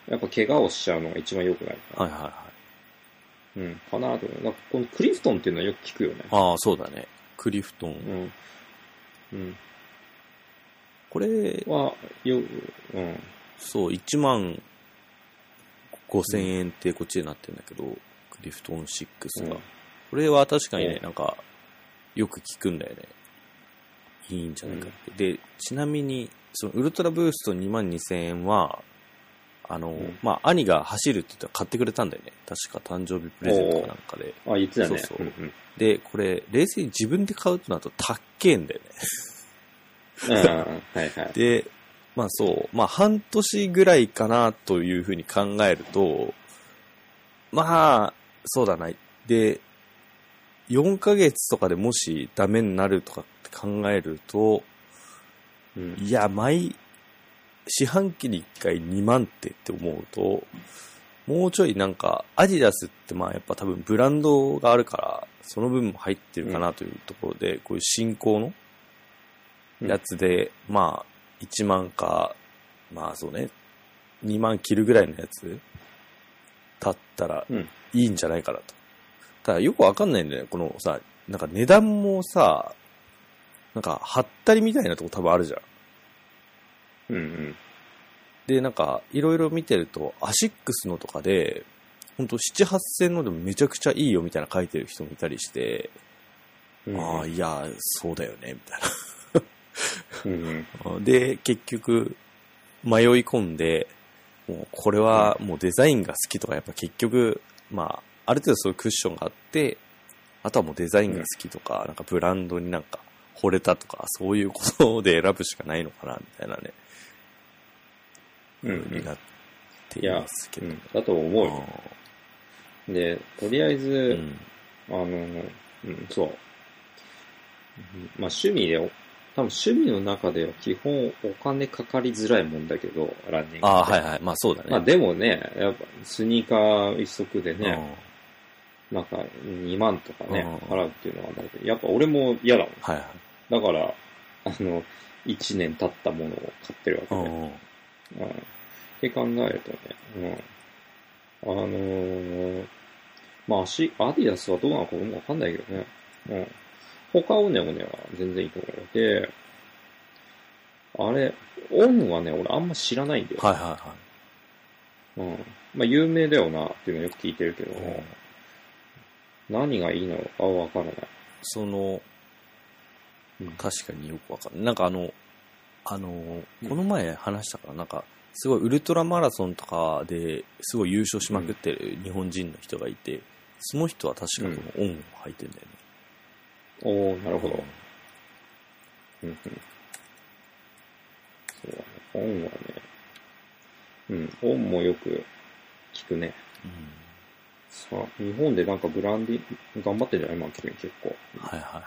[SPEAKER 2] やっぱ怪我をしちゃうのが一番良くないか
[SPEAKER 1] はいはい
[SPEAKER 2] ら。
[SPEAKER 1] はい。
[SPEAKER 2] うん、かなと思う。なんかこのクリフトンっていうのはよく聞くよね。
[SPEAKER 1] ああ、そうだね。クリフト
[SPEAKER 2] う
[SPEAKER 1] ン。
[SPEAKER 2] ん。うん。
[SPEAKER 1] これ、
[SPEAKER 2] は、よ、うん。
[SPEAKER 1] そう、1万5000円ってこっちでなってるんだけど、クリフトン6が。これは確かにね
[SPEAKER 2] う、ん
[SPEAKER 1] なんか、よく聞くんだよね。いいんじゃないかって。で、ちなみに、そのウルトラブースト2万2000円は、あの、
[SPEAKER 2] ん
[SPEAKER 1] まあ、兄が走るって言ったら買ってくれたんだよね。確か誕生日プレゼントかなんかで。
[SPEAKER 2] あ、言ってたね。
[SPEAKER 1] そうそうん
[SPEAKER 2] うん。
[SPEAKER 1] で、これ、冷静に自分で買うとなると高っけえんだよね。
[SPEAKER 2] うん、は
[SPEAKER 1] [LAUGHS]
[SPEAKER 2] いはい。
[SPEAKER 1] で、まあそう、まあ半年ぐらいかなというふうに考えると、まあ、そうだな。で、4ヶ月とかでもしダメになるとかって考えると、
[SPEAKER 2] うん。
[SPEAKER 1] いや、毎、四半期に1回2万手って思うと、もうちょいなんか、アディダスってまあやっぱ多分ブランドがあるから、その分も入ってるかなというところで、こういう進行の
[SPEAKER 2] うん
[SPEAKER 1] やつで、まあ、1万か、まあそうね、2万切るぐらいのやつ、だったら
[SPEAKER 2] うん
[SPEAKER 1] いいんじゃないかなと。ただよくわかんないんだよね、このさ、なんか値段もさ、なんか、はったりみたいなとこ多分あるじゃん。
[SPEAKER 2] うんうん。
[SPEAKER 1] で、なんか、いろいろ見てると、アシックスのとかで、ほんと7、8千のでもめちゃくちゃいいよみたいな書いてる人もいたりして、
[SPEAKER 2] うん
[SPEAKER 1] ああ、いや、そうだよね、みたい
[SPEAKER 2] うんうん。
[SPEAKER 1] な。 [LAUGHS] で、結局、迷い込んで、もう、これはもうデザインが好きとか、やっぱ結局、まあ、ある程度そういうクッションがあって、あとはもうデザインが好きとか、なんかブランドになんか惚れたとか、そういうことで選ぶしかないのかな、みたいなね、
[SPEAKER 2] うんう
[SPEAKER 1] ふうに
[SPEAKER 2] ん。
[SPEAKER 1] なっていますけ
[SPEAKER 2] う
[SPEAKER 1] ど。
[SPEAKER 2] ん、だと思うよ。で、とりあえ
[SPEAKER 1] う
[SPEAKER 2] ず、
[SPEAKER 1] ん
[SPEAKER 2] あの、うん、そう。うんまあ趣味で、多分趣味の中では基本お金かかりづらいもんだけど、ランニングって。
[SPEAKER 1] ああ、はいはい。まあそうだね。
[SPEAKER 2] まあでもね、やっぱスニーカー一足でね、なんか2万とかね
[SPEAKER 1] う、ん
[SPEAKER 2] 払うっていうのはないけど、やっぱ俺も嫌だもん。
[SPEAKER 1] はいはい。
[SPEAKER 2] だから、あの、1年経ったものを買ってるわけで。うんって考えるとね、うん。あのー、まあ、足、アディダスはどうなのかもわかんないけどね。うん。他オネオネは全然いいと思うよ。で、あれ、オンはね、俺あんま知らないんだよ。
[SPEAKER 1] はいは
[SPEAKER 2] うん。まあ、有名だよなっていうのよく聞いてるけど
[SPEAKER 1] い、はい。
[SPEAKER 2] 何がいいのかはわからない。
[SPEAKER 1] その
[SPEAKER 2] うん、
[SPEAKER 1] 確かによくわかる。なんかあの、あの
[SPEAKER 2] う、ん
[SPEAKER 1] この前話したから、なんか、すごいウルトラマラソンとかですごい優勝しまくってる日本人の人がいて、その人は確かこのオンを履いてんだよね。
[SPEAKER 2] おおなるほど。うんうん。そうだね。オンはね。うん、オンもよく聞くね。
[SPEAKER 1] うん
[SPEAKER 2] さあ、日本でなんかブランディング頑張ってんじゃないマーケティング結構。
[SPEAKER 1] はいは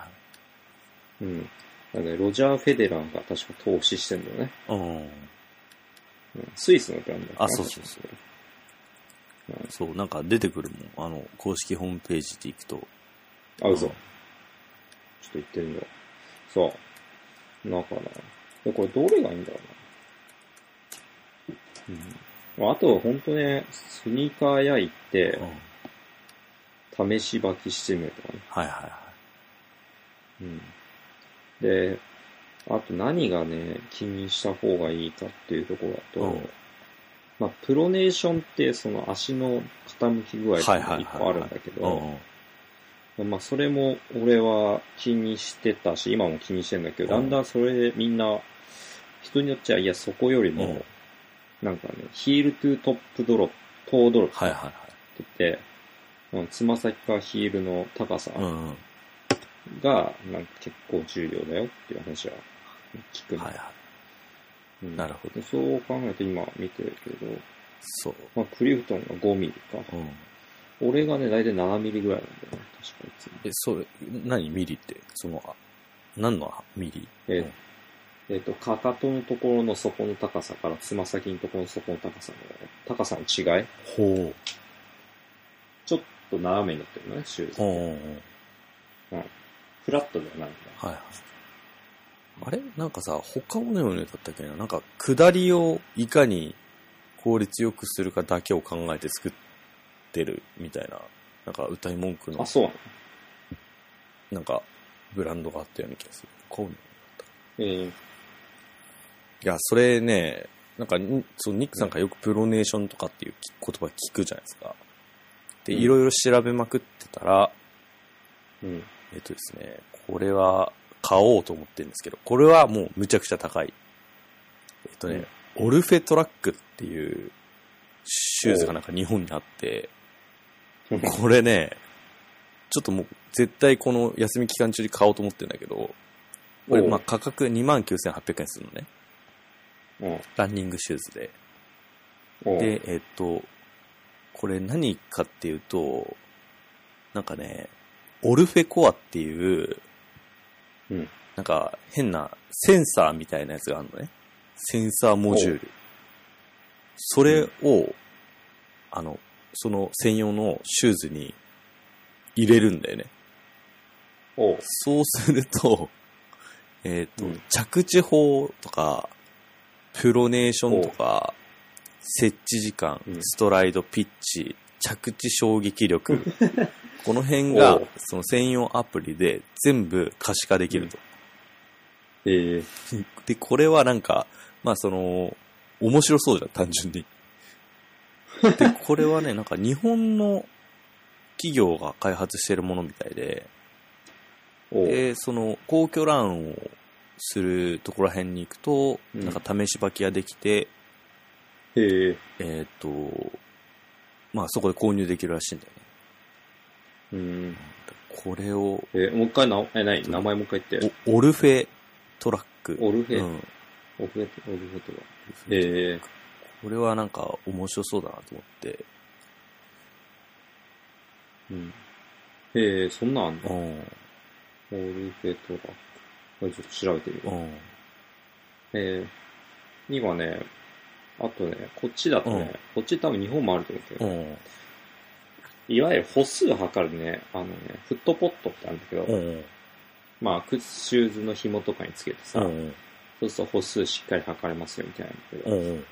[SPEAKER 1] いはい。
[SPEAKER 2] うん。なんかね、ロジャー・フェデラーが確か投資してんだよね。
[SPEAKER 1] うん。
[SPEAKER 2] うん、スイスのブランドだから
[SPEAKER 1] あそうそう
[SPEAKER 2] そう。
[SPEAKER 1] そう、なんか出てくるもん。あの、公式ホームページで行くと。
[SPEAKER 2] あ、嘘。ちょっと行ってみよう。そう。だから、でこれどれがいいんだろうな。うんまあ、あとは本当ね、スニーカー屋行って
[SPEAKER 1] うん。、はい
[SPEAKER 2] 試し履きしてみるとかね。
[SPEAKER 1] はいは
[SPEAKER 2] うん。で、あと何がね、気にした方がいいかっていうところだと、
[SPEAKER 1] うん
[SPEAKER 2] まあ、プロネーションってその足の傾き具合っていうのがいっぱいあるんだけ
[SPEAKER 1] い。うん
[SPEAKER 2] ど、まあ、それも俺は気にしてたし、今も気にしてんだけ
[SPEAKER 1] う
[SPEAKER 2] ど、だ
[SPEAKER 1] ん
[SPEAKER 2] んだんそれでみんな、人によっちゃ、いや、そこより
[SPEAKER 1] う
[SPEAKER 2] も
[SPEAKER 1] ん、
[SPEAKER 2] なんかね、ヒールトゥトップドロップ、トードロップ
[SPEAKER 1] はいはいは
[SPEAKER 2] って言って、うんつま先かヒールの高さ
[SPEAKER 1] い。うんうん。は
[SPEAKER 2] が、なんか結構重要だよっていう話は聞く
[SPEAKER 1] い
[SPEAKER 2] んだ
[SPEAKER 1] は
[SPEAKER 2] うん
[SPEAKER 1] い。なるほど。
[SPEAKER 2] でそう考えて今見てるけど、
[SPEAKER 1] そう。
[SPEAKER 2] まあ、クリフトンが5ミリか。
[SPEAKER 1] うん。
[SPEAKER 2] 俺がね、大体7ミリぐらいなんだよね。確かいつも。
[SPEAKER 1] え、それ、何ミリって、その、あ何のミリ
[SPEAKER 2] えっ、えっと、かかとのところの底の高さからつま先のところの底の高さの高さの違い
[SPEAKER 1] ほう。
[SPEAKER 2] ちょっと斜めになってるのね、シューズ。
[SPEAKER 1] うんうんうん。
[SPEAKER 2] フラットではないん
[SPEAKER 1] は
[SPEAKER 2] だ。
[SPEAKER 1] いはい。あれなんかさ、他ものようにだったっけななんか、下りをいかに効率よくするかだけを考えて作ってるみたいな、なんか歌い文句の
[SPEAKER 2] あ、、そうなの
[SPEAKER 1] なんか、ブランドがあったような気がする。こういうの
[SPEAKER 2] えー、
[SPEAKER 1] いや、それね、なんかに、そのニックさんからよくプロネーションとかっていうき言葉聞くじゃないですか。で、
[SPEAKER 2] うん
[SPEAKER 1] いろいろ調べまくってたら、
[SPEAKER 2] うん。
[SPEAKER 1] えっとですね、これは買おうと思ってるんですけど、これはもうむちゃくちゃ高い。えっとね、オルフェトラックっていうシューズがなんか日本にあって、
[SPEAKER 2] うん
[SPEAKER 1] これね、ちょっともう絶対この休み期間中に買おうと思ってるんだけど、これ
[SPEAKER 2] おう
[SPEAKER 1] まあ価格29,800円するのね。
[SPEAKER 2] うん。
[SPEAKER 1] ランニングシューズで。
[SPEAKER 2] おう
[SPEAKER 1] で、えっと、これ何かっていうと、なんかね、オルフェコアっていう、
[SPEAKER 2] うん
[SPEAKER 1] なんか変なセンサーみたいなやつがあるのね。センサーモジュール。それを、あの、その専用のシューズに入れるんだよね。
[SPEAKER 2] おう
[SPEAKER 1] そうすると、 [LAUGHS] えっ、と、
[SPEAKER 2] うん
[SPEAKER 1] 着地法とか、プロネーションとか、設置時間
[SPEAKER 2] う、ん
[SPEAKER 1] ストライド、ピッチ、着地衝撃
[SPEAKER 2] [LAUGHS]
[SPEAKER 1] 力、この辺が
[SPEAKER 2] おう、
[SPEAKER 1] その専用アプリで全部可視化できると。
[SPEAKER 2] えー、
[SPEAKER 1] で、これはなんか、まあその、面白そうじゃん、単純に。で、これはね、なんか日本の企業が開発してるものみたいで、
[SPEAKER 2] おう、
[SPEAKER 1] で、その、皇居ランをするところら辺に行くと、
[SPEAKER 2] うん
[SPEAKER 1] なんか試し履きができて、
[SPEAKER 2] えー、
[SPEAKER 1] えっ、と、まあそこで購入できるらしいんだよね。
[SPEAKER 2] うん。
[SPEAKER 1] これを、
[SPEAKER 2] えー、もう一回な、え、ない、名前もう一回言って。
[SPEAKER 1] おオルフェトラック。
[SPEAKER 2] オルフェ、
[SPEAKER 1] うん、
[SPEAKER 2] オルフェ、オルフェとか。
[SPEAKER 1] オルフェ
[SPEAKER 2] えー、
[SPEAKER 1] これはなんか面白そうだなと思って。
[SPEAKER 2] うん。えー、そんなんあん
[SPEAKER 1] う
[SPEAKER 2] の
[SPEAKER 1] ん。
[SPEAKER 2] オルフェトラック。これちょっと調べてみよう。
[SPEAKER 1] うん。
[SPEAKER 2] えー、今ね、あとね、こっちだとね、こっち多分日本もあると思うけ
[SPEAKER 1] う
[SPEAKER 2] ど、
[SPEAKER 1] ん。
[SPEAKER 2] いわゆる歩数測るね、あのね、フットポットってあるんだけど、
[SPEAKER 1] うん。
[SPEAKER 2] まあ、靴、シューズの紐とかにつけてさ、
[SPEAKER 1] うん。
[SPEAKER 2] そうすると歩数しっかり測れますよみたいなんだけど、
[SPEAKER 1] うん。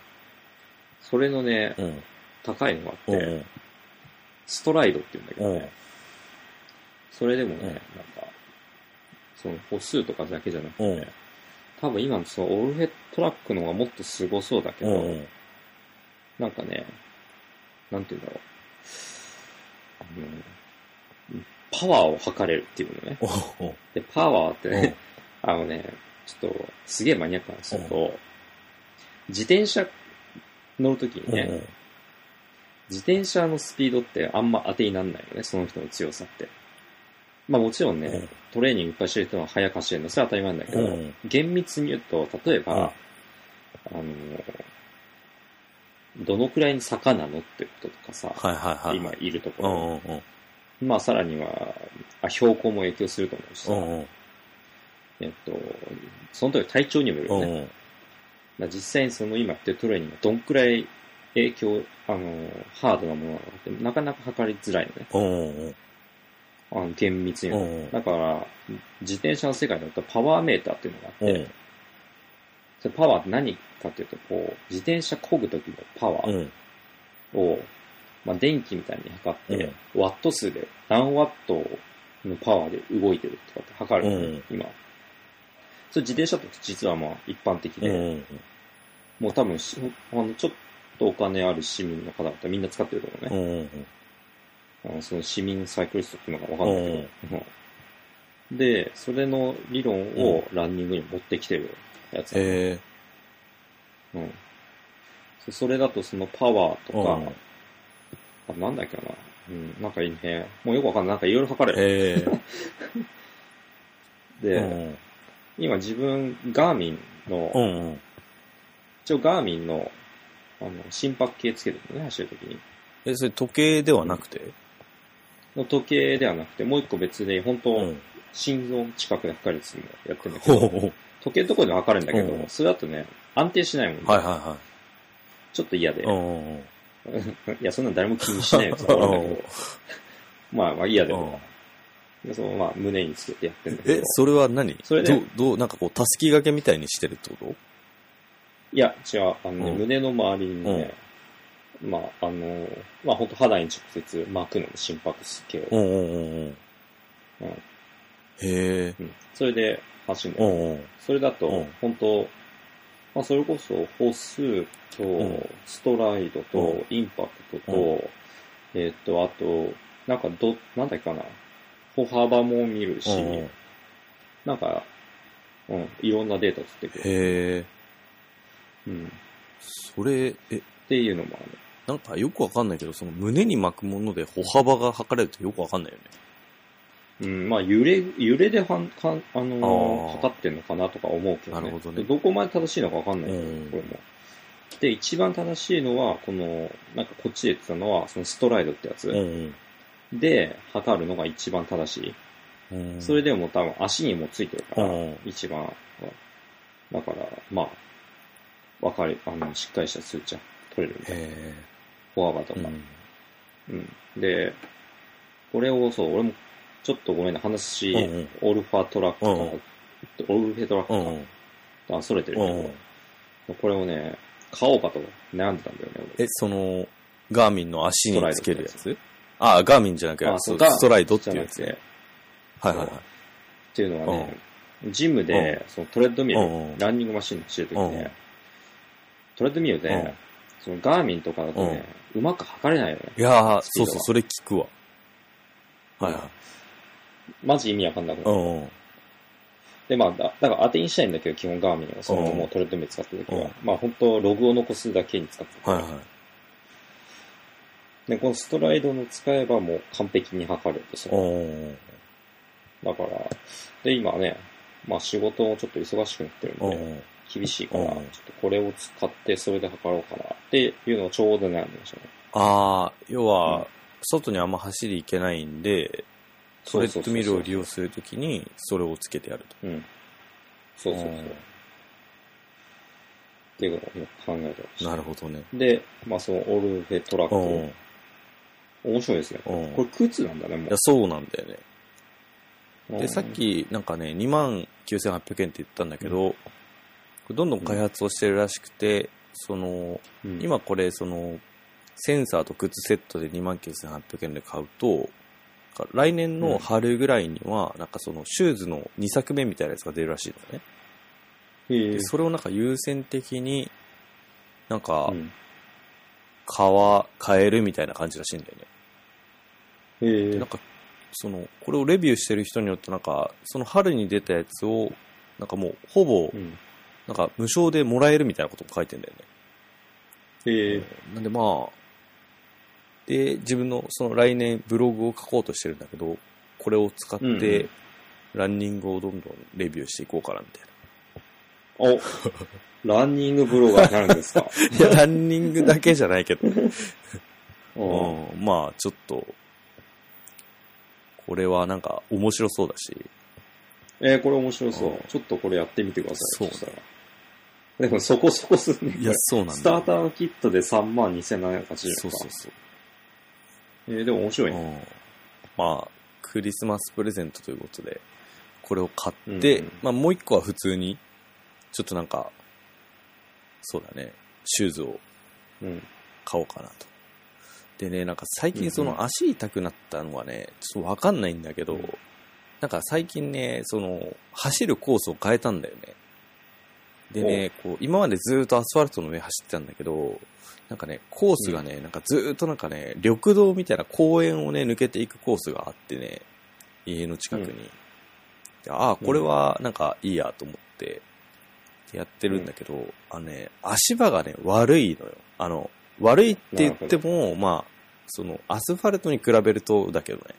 [SPEAKER 2] それのね、
[SPEAKER 1] うん。
[SPEAKER 2] 高いのがあって、
[SPEAKER 1] うん。
[SPEAKER 2] ストライドって言うんだけど
[SPEAKER 1] うん
[SPEAKER 2] ね、それでもね、
[SPEAKER 1] うん
[SPEAKER 2] なんか、その歩数とかだけじゃなくて、
[SPEAKER 1] うん
[SPEAKER 2] ね、多分今のそのオルフェトラックの方がもっとすごそうだけ
[SPEAKER 1] う
[SPEAKER 2] ど、
[SPEAKER 1] ん。うん。
[SPEAKER 2] なんかね、なんて言うんだろう。あのパワーを測れるっていうのね。で、パワーってね、 [LAUGHS] あのね、ちょっと、すげえマニアックなんですけど、自転車乗るときにね、
[SPEAKER 1] うん。
[SPEAKER 2] 自転車のスピードってあんま当てになんないよね、その人の強さって。まあもちろんね、
[SPEAKER 1] うん
[SPEAKER 2] トレーニングいっぱいしてる人は速く走れるの、それは当たり前なんだけど、
[SPEAKER 1] うん
[SPEAKER 2] 厳密に言うと、例えば、あの、どのくらいの坂なのってこととかさ、
[SPEAKER 1] はいはいはい。
[SPEAKER 2] 今いると
[SPEAKER 1] う
[SPEAKER 2] ころ、
[SPEAKER 1] んうん
[SPEAKER 2] まあさらにはあ、標高も影響すると思う
[SPEAKER 1] う
[SPEAKER 2] しさ、
[SPEAKER 1] ん。
[SPEAKER 2] えっと、その時体調にもよる
[SPEAKER 1] うん。
[SPEAKER 2] よ
[SPEAKER 1] う
[SPEAKER 2] ね。
[SPEAKER 1] ん。
[SPEAKER 2] まあ実際にその今やってるトレーニングがどんくらい影響、あの、ハードなものなので、なかなか測りづらいのね。
[SPEAKER 1] うんうん
[SPEAKER 2] あの、厳密に
[SPEAKER 1] う
[SPEAKER 2] は。
[SPEAKER 1] んうん
[SPEAKER 2] だから、自転車の世界だったらパワーメーターっていうのがあっ
[SPEAKER 1] うんう
[SPEAKER 2] て、
[SPEAKER 1] ん
[SPEAKER 2] それパワーって何かっていうと、こう、自転車漕ぐ時のパワ
[SPEAKER 1] う
[SPEAKER 2] ー
[SPEAKER 1] ん
[SPEAKER 2] を、まあ、電気みたいに測って、
[SPEAKER 1] う
[SPEAKER 2] ワット数で何ワットのパワーで動いてるとかって測るのね、
[SPEAKER 1] うん
[SPEAKER 2] 今。それ自転車って実はまあ一般的
[SPEAKER 1] う
[SPEAKER 2] で、
[SPEAKER 1] ん
[SPEAKER 2] もう多分しあの、ちょっとお金ある市民の方々みんな使ってると思う
[SPEAKER 1] う
[SPEAKER 2] ね。
[SPEAKER 1] ん
[SPEAKER 2] あのその市民サイクリストっていうのがわか
[SPEAKER 1] うんん
[SPEAKER 2] ないけど。うんで、それの理論をランニングに持ってきてるやつなの、
[SPEAKER 1] え
[SPEAKER 2] うんそ。それだとそのパワー
[SPEAKER 1] ーう
[SPEAKER 2] と
[SPEAKER 1] ん
[SPEAKER 2] か、あなんだっけな。うん、なんかいいね。もうよくわかんない。なんかいろいろ測れる。
[SPEAKER 1] えーう
[SPEAKER 2] で、
[SPEAKER 1] ん
[SPEAKER 2] 今自分、ガーミンの、
[SPEAKER 1] うんうん
[SPEAKER 2] 一応ガーミンの、あの、心拍計つけてるのね、走るときに。
[SPEAKER 1] えそれ時計ではなくて
[SPEAKER 2] の時計ではなくて、もう一個別で、本
[SPEAKER 1] う
[SPEAKER 2] 当
[SPEAKER 1] ん
[SPEAKER 2] 心臓の近くで測るやつもやってるんだけ
[SPEAKER 1] ほう
[SPEAKER 2] ど、
[SPEAKER 1] ほうほう
[SPEAKER 2] 時計のところでは測るんだけ
[SPEAKER 1] うん
[SPEAKER 2] ど、それだとね、安定しないもんね。
[SPEAKER 1] はいはいは
[SPEAKER 2] ちょっと嫌で
[SPEAKER 1] い。うんうんうん
[SPEAKER 2] いや、そんなん誰も気にしないやつだと思うんだけど。まあまあ嫌でも。でそのまあ胸につけてやってるんだけ
[SPEAKER 1] え
[SPEAKER 2] ど、。
[SPEAKER 1] それは何
[SPEAKER 2] それで
[SPEAKER 1] どう、どう、なんかこう、たすき掛けみたいにしてるってこと
[SPEAKER 2] いや、違う。あのね、
[SPEAKER 1] うん
[SPEAKER 2] 胸の周りにね、まああの、まあ本当肌に直接巻くのも心拍数計を。
[SPEAKER 1] うんうんうんうん。
[SPEAKER 2] うん
[SPEAKER 1] へえ。
[SPEAKER 2] うんそれで走るんだ
[SPEAKER 1] う
[SPEAKER 2] よ
[SPEAKER 1] んうん。
[SPEAKER 2] それだ
[SPEAKER 1] うん
[SPEAKER 2] と、本当、まあ、それこそ歩数と
[SPEAKER 1] ん、
[SPEAKER 2] ストライド
[SPEAKER 1] う
[SPEAKER 2] と、インパクトと、
[SPEAKER 1] う
[SPEAKER 2] えーっと、あと、なんかど、なんだっけかな、歩幅も見るし、
[SPEAKER 1] うんうん
[SPEAKER 2] なんか、うん、いろんなデータ取ってくる。
[SPEAKER 1] へえ。
[SPEAKER 2] うん、っ
[SPEAKER 1] それ、え、
[SPEAKER 2] ていうのもある。
[SPEAKER 1] なんかよくわかんないけど、その胸に巻くもので歩幅が測れるってよくわかんないよね。
[SPEAKER 2] うん、まあ、揺れ、揺れではんかん、あ
[SPEAKER 1] あ
[SPEAKER 2] のー
[SPEAKER 1] ー
[SPEAKER 2] 測ってんのかなとか思うけどね。
[SPEAKER 1] なるほどね
[SPEAKER 2] どこまで正しいのかわかんないけ
[SPEAKER 1] う
[SPEAKER 2] ど、
[SPEAKER 1] ん
[SPEAKER 2] これも。で、一番正しいのは、この、なんかこっちで言ってたのは、そのストライドってやつ。
[SPEAKER 1] うん
[SPEAKER 2] で測るのが一番正しい。
[SPEAKER 1] うん。うん
[SPEAKER 2] それでも多分足にもついてるか
[SPEAKER 1] う
[SPEAKER 2] ら、
[SPEAKER 1] ん。
[SPEAKER 2] 一番は。だから、まあ、わかる、あの、しっかりした数値は取れるみたいな。
[SPEAKER 1] へ
[SPEAKER 2] フォアバと
[SPEAKER 1] え。う
[SPEAKER 2] か、
[SPEAKER 1] ん。
[SPEAKER 2] うん。で、これをそう、俺も、ちょっとごめんね、話し、
[SPEAKER 1] うんうん
[SPEAKER 2] オルファトラックとか、
[SPEAKER 1] うん
[SPEAKER 2] オルフェトラック
[SPEAKER 1] う
[SPEAKER 2] と
[SPEAKER 1] ん
[SPEAKER 2] か、
[SPEAKER 1] うん。
[SPEAKER 2] あそれてる
[SPEAKER 1] う
[SPEAKER 2] け
[SPEAKER 1] んう
[SPEAKER 2] ど
[SPEAKER 1] ん、
[SPEAKER 2] これをね、買おうかと悩んでたんだよね、俺
[SPEAKER 1] え、その、ガーミンの足につけるやつあ、ガーミンじゃなくて
[SPEAKER 2] あ、
[SPEAKER 1] そ
[SPEAKER 2] そうう
[SPEAKER 1] ストライドってい
[SPEAKER 2] じゃ
[SPEAKER 1] う
[SPEAKER 2] な
[SPEAKER 1] や
[SPEAKER 2] く
[SPEAKER 1] つ
[SPEAKER 2] て、
[SPEAKER 1] ね。
[SPEAKER 2] っ
[SPEAKER 1] はいはいはい。
[SPEAKER 2] ていうのはね、ジムで、そのトレッドミル、
[SPEAKER 1] うんうん
[SPEAKER 2] ランニングマシンしてるとき
[SPEAKER 1] うん
[SPEAKER 2] ね、トレッドミルで、
[SPEAKER 1] うん
[SPEAKER 2] そのガーミンとかだとね、うまく測れないよね。
[SPEAKER 1] いやー、
[SPEAKER 2] スピ
[SPEAKER 1] そ
[SPEAKER 2] ード
[SPEAKER 1] う
[SPEAKER 2] が
[SPEAKER 1] そう、それ聞くわ。はいはい。
[SPEAKER 2] マジ意味わかんなく
[SPEAKER 1] う
[SPEAKER 2] なる。
[SPEAKER 1] んうん。
[SPEAKER 2] で、まあ、だだから当てにしたいんだけど、基本ガーミンを、その
[SPEAKER 1] うん
[SPEAKER 2] もうトレッドミル使ってるとき
[SPEAKER 1] うん
[SPEAKER 2] は、まあ本当ログを残すだけに使って
[SPEAKER 1] はい
[SPEAKER 2] て、
[SPEAKER 1] はい。
[SPEAKER 2] で、このストライドの使えばもう完璧に測れると、それ
[SPEAKER 1] うん。
[SPEAKER 2] だから、で、今ね、まあ仕事もちょっと忙しくなってるん
[SPEAKER 1] う
[SPEAKER 2] で、
[SPEAKER 1] ん。
[SPEAKER 2] 厳しいから、
[SPEAKER 1] う
[SPEAKER 2] ち
[SPEAKER 1] ん
[SPEAKER 2] ょっとこれを使って、それで測ろうかなっていうのをちょうど悩んでましたね。
[SPEAKER 1] ああ、要
[SPEAKER 2] うん
[SPEAKER 1] は、外にあんま走り行けないんで、トレッドミルを利用するときに、それをつけてやると。
[SPEAKER 2] うん。そうそうそう。
[SPEAKER 1] うん
[SPEAKER 2] っていうのを考えてました。
[SPEAKER 1] なるほどね。
[SPEAKER 2] で、まあそのオルフェトラ
[SPEAKER 1] う
[SPEAKER 2] ッ
[SPEAKER 1] ん。
[SPEAKER 2] ク。面白いですね。
[SPEAKER 1] うん。
[SPEAKER 2] これ靴なんだね、も
[SPEAKER 1] いや、そうなんだよね。
[SPEAKER 2] う。うん
[SPEAKER 1] で、さっ、き、なんかね、2万9800円って言ったんだけど、これどんどん開発をしてるらしくて、その、
[SPEAKER 2] うん、
[SPEAKER 1] 今これ、その、センサーと靴セットで2万9800円で買うと、なんか来年の春ぐらいには、なんかその、シューズの2作目みたいなやつが出るらしいのね。
[SPEAKER 2] へー、
[SPEAKER 1] でそれをなんか優先的になんか
[SPEAKER 2] うん
[SPEAKER 1] 買わ買えるみたいな感じらしいんだよね、
[SPEAKER 2] へ
[SPEAKER 1] で
[SPEAKER 2] ー
[SPEAKER 1] なんかそのこれをレビューしてる人によってなんかその春に出たやつをなんかもうほぼ
[SPEAKER 2] うん
[SPEAKER 1] なんか無償でもらえるみたいなことも書いてんだよね、
[SPEAKER 2] へー
[SPEAKER 1] なんでまあで自分のその来年ブログを書こうとしてるんだけどこれを使っ
[SPEAKER 2] うんう
[SPEAKER 1] て
[SPEAKER 2] ん
[SPEAKER 1] ランニングをどんどんレビューしていこうかなみたいな [LAUGHS]
[SPEAKER 2] お、ランニングブロガーになるんですか
[SPEAKER 1] いやランニングだけじゃないけ
[SPEAKER 2] [LAUGHS]
[SPEAKER 1] ど
[SPEAKER 2] うん
[SPEAKER 1] うん、まあちょっと、これはなんか面白そうだし、。
[SPEAKER 2] えー、これ面白そううんちょっとこれやってみてくださ
[SPEAKER 1] そ
[SPEAKER 2] い。
[SPEAKER 1] う
[SPEAKER 2] したら。でもそこそこするね。
[SPEAKER 1] いや、そうなんだ。
[SPEAKER 2] スターターキットで3万2780円か。
[SPEAKER 1] そうそうそう。
[SPEAKER 2] えーでも面白いね。
[SPEAKER 1] うんまあ、クリスマスプレゼントということで、これを買って、
[SPEAKER 2] うんうん
[SPEAKER 1] まあもう一個は普通に、ちょっとなんか、そうだね、シューズを
[SPEAKER 2] うん。
[SPEAKER 1] 買おうかなと。でね、なんか最近そ
[SPEAKER 2] うんう
[SPEAKER 1] の足痛くなったのはね、ちょっとわかんないんだけど、
[SPEAKER 2] うん
[SPEAKER 1] なんか最近ね、その、走るコースを変えたんだよね。でね、こう、今までずっとアスファルトの上走ってたんだけど、なんかね、コースがね、なんかずっとなんかね、緑道みたいな公園をね、抜けていくコースがあってね、家の近くに。
[SPEAKER 2] う
[SPEAKER 1] でああ、これはなんかいいやと思って、やってるんだけど、あのね、足場がね、悪いのよ。あの、悪いって言っても、まあ、その、アスファルトに比べるとだけどね、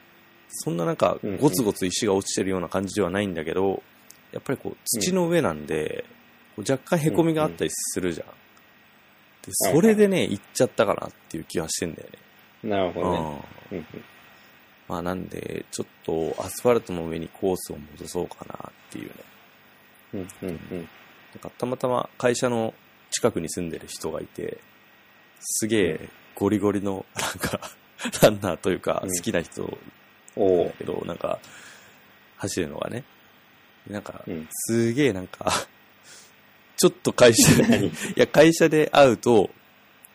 [SPEAKER 1] そんななんか
[SPEAKER 2] うんうん、
[SPEAKER 1] ゴツゴツ石が落ちてるような感じではないんだけど、やっぱりこう、土の上なんで、こう若干凹みがあったりするじゃん。で、それでね、行っちゃったかなっていう気はしてんだよね。
[SPEAKER 2] なるほどね。
[SPEAKER 1] うん
[SPEAKER 2] うん
[SPEAKER 1] まあ、なんで、ちょっと、アスファルトの上にコースを戻そうかなっていうね。
[SPEAKER 2] うんうんうん
[SPEAKER 1] なんかたまたま会社の近くに住んでる人がいて、すげえゴリゴリの、なんか、 [LAUGHS] ランナーというか、
[SPEAKER 2] うん
[SPEAKER 1] 好きな人
[SPEAKER 2] お
[SPEAKER 1] だ
[SPEAKER 2] う
[SPEAKER 1] けど、なんか、走るのがね。なんか
[SPEAKER 2] う、ん。
[SPEAKER 1] すげえなんか、 [LAUGHS] ちょっと会社で、
[SPEAKER 2] [LAUGHS] 何
[SPEAKER 1] いや、会社で会うと、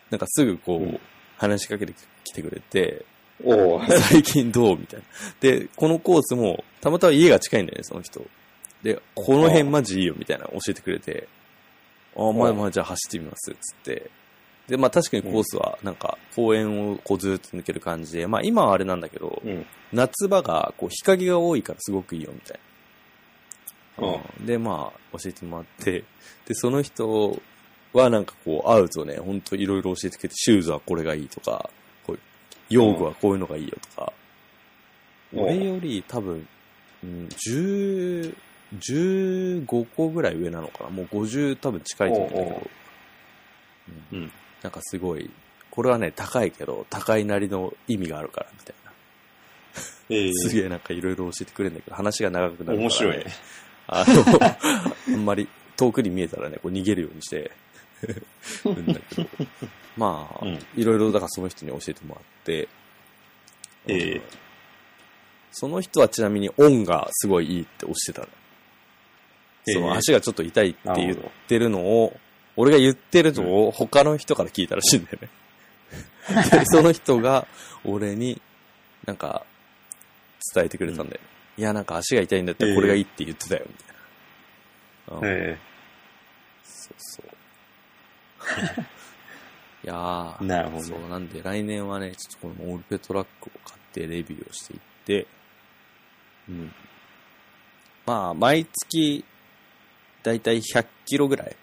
[SPEAKER 1] なんかすぐこ
[SPEAKER 2] うん
[SPEAKER 1] う、話しかけてきてくれて、
[SPEAKER 2] おう
[SPEAKER 1] [LAUGHS] 最近どうみたいな。で、このコースも、たまたま家が近いんだよね、その人。で、この辺マジいいよ、みたいな教えてくれて、あ、まあまあ、じゃあ走ってみます、つって。で、まあ確かにコースは、なんか、公園をこうずっと抜ける感じで、まあ今はあれなんだけど、
[SPEAKER 2] うん。
[SPEAKER 1] 夏場が、こう、日陰が多いからすごくいいよ、みたいな。
[SPEAKER 2] うん
[SPEAKER 1] うんで、まあ、教えてもらって、で、その人はなんかこう、会うとね、ほんといろいろ教えてくれて、シューズはこれがいいとか、こう、用具はこういうのがいいよとか、
[SPEAKER 2] うん
[SPEAKER 1] 俺より多分、うん、10、15個ぐらい上なのかな。もう50多分近いと思うんだけ
[SPEAKER 2] おうお
[SPEAKER 1] ど
[SPEAKER 2] う。
[SPEAKER 1] う
[SPEAKER 2] うん
[SPEAKER 1] ん。なんかすごい、これはね、高いけど、高いなりの意味があるから、みたいな。
[SPEAKER 2] ええ
[SPEAKER 1] すげえなんかいろいろ教えてくれるんだけど、話が長くなるから、
[SPEAKER 2] 面白いね。。
[SPEAKER 1] あの、あ [LAUGHS] んまり遠くに見えたらね、こう逃げるようにして、うんだけど。まあ、
[SPEAKER 2] うん
[SPEAKER 1] いろいろだからその人に教えてもらって、
[SPEAKER 2] ええ
[SPEAKER 1] その人はちなみに音がすごいいいって押してたの。そ
[SPEAKER 2] ええ
[SPEAKER 1] の足がちょっと痛いって
[SPEAKER 2] な
[SPEAKER 1] 言っ
[SPEAKER 2] るほど
[SPEAKER 1] てるのを、俺が言ってるのを他の人から聞いたらしいんだ
[SPEAKER 2] [LAUGHS]
[SPEAKER 1] よね。でその人が俺になんか伝えてくれたんだよね。いや、なんか足が痛いんだったらこれがいいって言ってたよ、みたいな。うん
[SPEAKER 2] え
[SPEAKER 1] そうそう。 [LAUGHS] いやー、
[SPEAKER 2] えなるほ
[SPEAKER 1] そ
[SPEAKER 2] ど。
[SPEAKER 1] う、なんで来年はね、ちょっとこのオルペトラックを買ってレビューをしていって、
[SPEAKER 2] うん。
[SPEAKER 1] まあ、毎月、だいたい100キロぐらい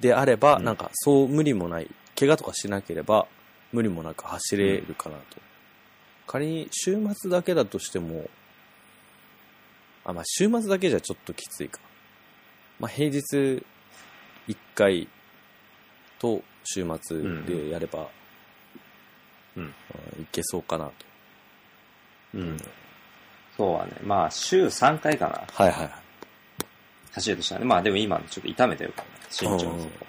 [SPEAKER 1] であれば、
[SPEAKER 2] うん
[SPEAKER 1] なんか、そう無理もない、怪我とかしなければ、無理もなく走れるかなと。仮に、週末だけだとしても、あ、まあ、週末だけじゃちょっときついか。まあ、平日1回と週末でやれば、
[SPEAKER 2] うん
[SPEAKER 1] うんいけそうかなと。
[SPEAKER 2] うん。そうはね。まあ、週3回かな。
[SPEAKER 1] はいはいはい。
[SPEAKER 2] 走るとしたらね。まあ、でも今ちょっと痛めてるからね。身長のとこ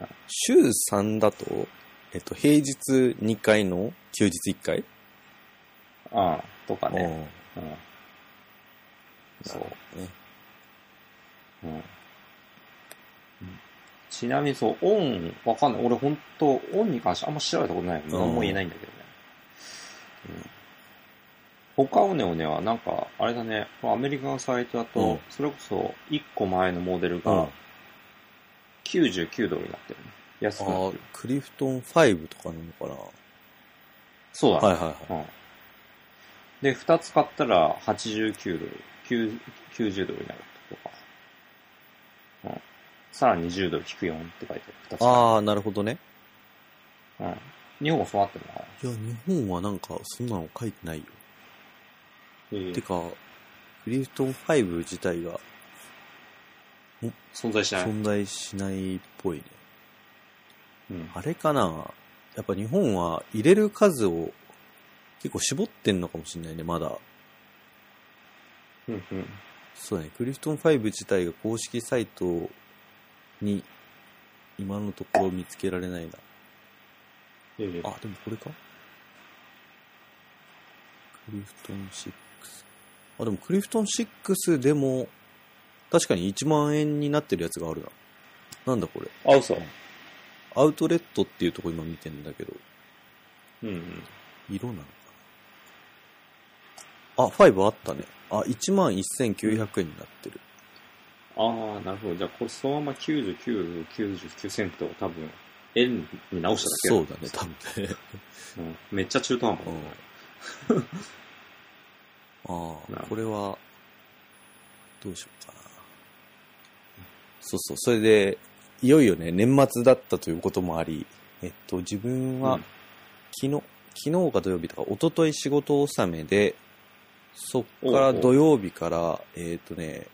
[SPEAKER 2] は。
[SPEAKER 1] 週3だと、えっと、平日2回の休日1回
[SPEAKER 2] うん。とかね。
[SPEAKER 1] ね。
[SPEAKER 2] うん。そう。
[SPEAKER 1] ね。
[SPEAKER 2] うん。ちなみにそう、オン、わかんない。俺ほんと、オンに関してあんま調べたことないから、
[SPEAKER 1] うん
[SPEAKER 2] 何も言えないんだけどね。うん。他オネオネはなんか、あれだね、アメリカのサイトだと、
[SPEAKER 1] うん
[SPEAKER 2] それこそ1個前のモデル
[SPEAKER 1] うん
[SPEAKER 2] が99ドルになってるね。安
[SPEAKER 1] あ
[SPEAKER 2] くなっ
[SPEAKER 1] ー
[SPEAKER 2] てる。
[SPEAKER 1] クリフトン5とかなのかな
[SPEAKER 2] そうだね。
[SPEAKER 1] はいはいはい。
[SPEAKER 2] うん。で、2つ買ったら89ドル、9 90ドルになるとか。うん。さらに10ドル引く4って書いてある。2つ買っ
[SPEAKER 1] ああ、なるほどね。
[SPEAKER 2] たうん。日本はそうなってるのかない
[SPEAKER 1] や、日本はなんか、そんなの書いてないよ。てか、クリフトン5自体が
[SPEAKER 2] 存在しない。
[SPEAKER 1] 存在しないっぽいね。
[SPEAKER 2] うん。
[SPEAKER 1] あれかなやっぱ日本は入れる数を結構絞ってんのかもしれないね、まだ。
[SPEAKER 2] うんうん。
[SPEAKER 1] そうだね、クリフトン5自体が公式サイトに、今のところ見つけられないな。
[SPEAKER 2] え
[SPEAKER 1] あ、でもこれかクリフトン6。あ、でもクリフトン6でも、確かに1万円になってるやつがあるな。なんだこれ。
[SPEAKER 2] あ、嘘。
[SPEAKER 1] アウトレットっていうとこ今見てんだけど、
[SPEAKER 2] うんうん。
[SPEAKER 1] 色なのかなあ、5あったね。あ、1万1900円になってる。
[SPEAKER 2] ああ、なるほど。じゃあ、これそのまま99、99セントを多分、円に直した
[SPEAKER 1] そ
[SPEAKER 2] だ
[SPEAKER 1] う
[SPEAKER 2] け
[SPEAKER 1] だね、多分ね。
[SPEAKER 2] 分、うんめっちゃ中途 [LAUGHS] 半端だね。
[SPEAKER 1] あ
[SPEAKER 2] なる
[SPEAKER 1] あ、
[SPEAKER 2] ほ
[SPEAKER 1] これは、どうしようかな。そうそう、それで、いよいよね、年末だったということもあり、えっと、自分は、
[SPEAKER 2] うん
[SPEAKER 1] 昨日、昨日か土曜日とか、一昨日仕事納めで、そっから土曜日から、えっとね、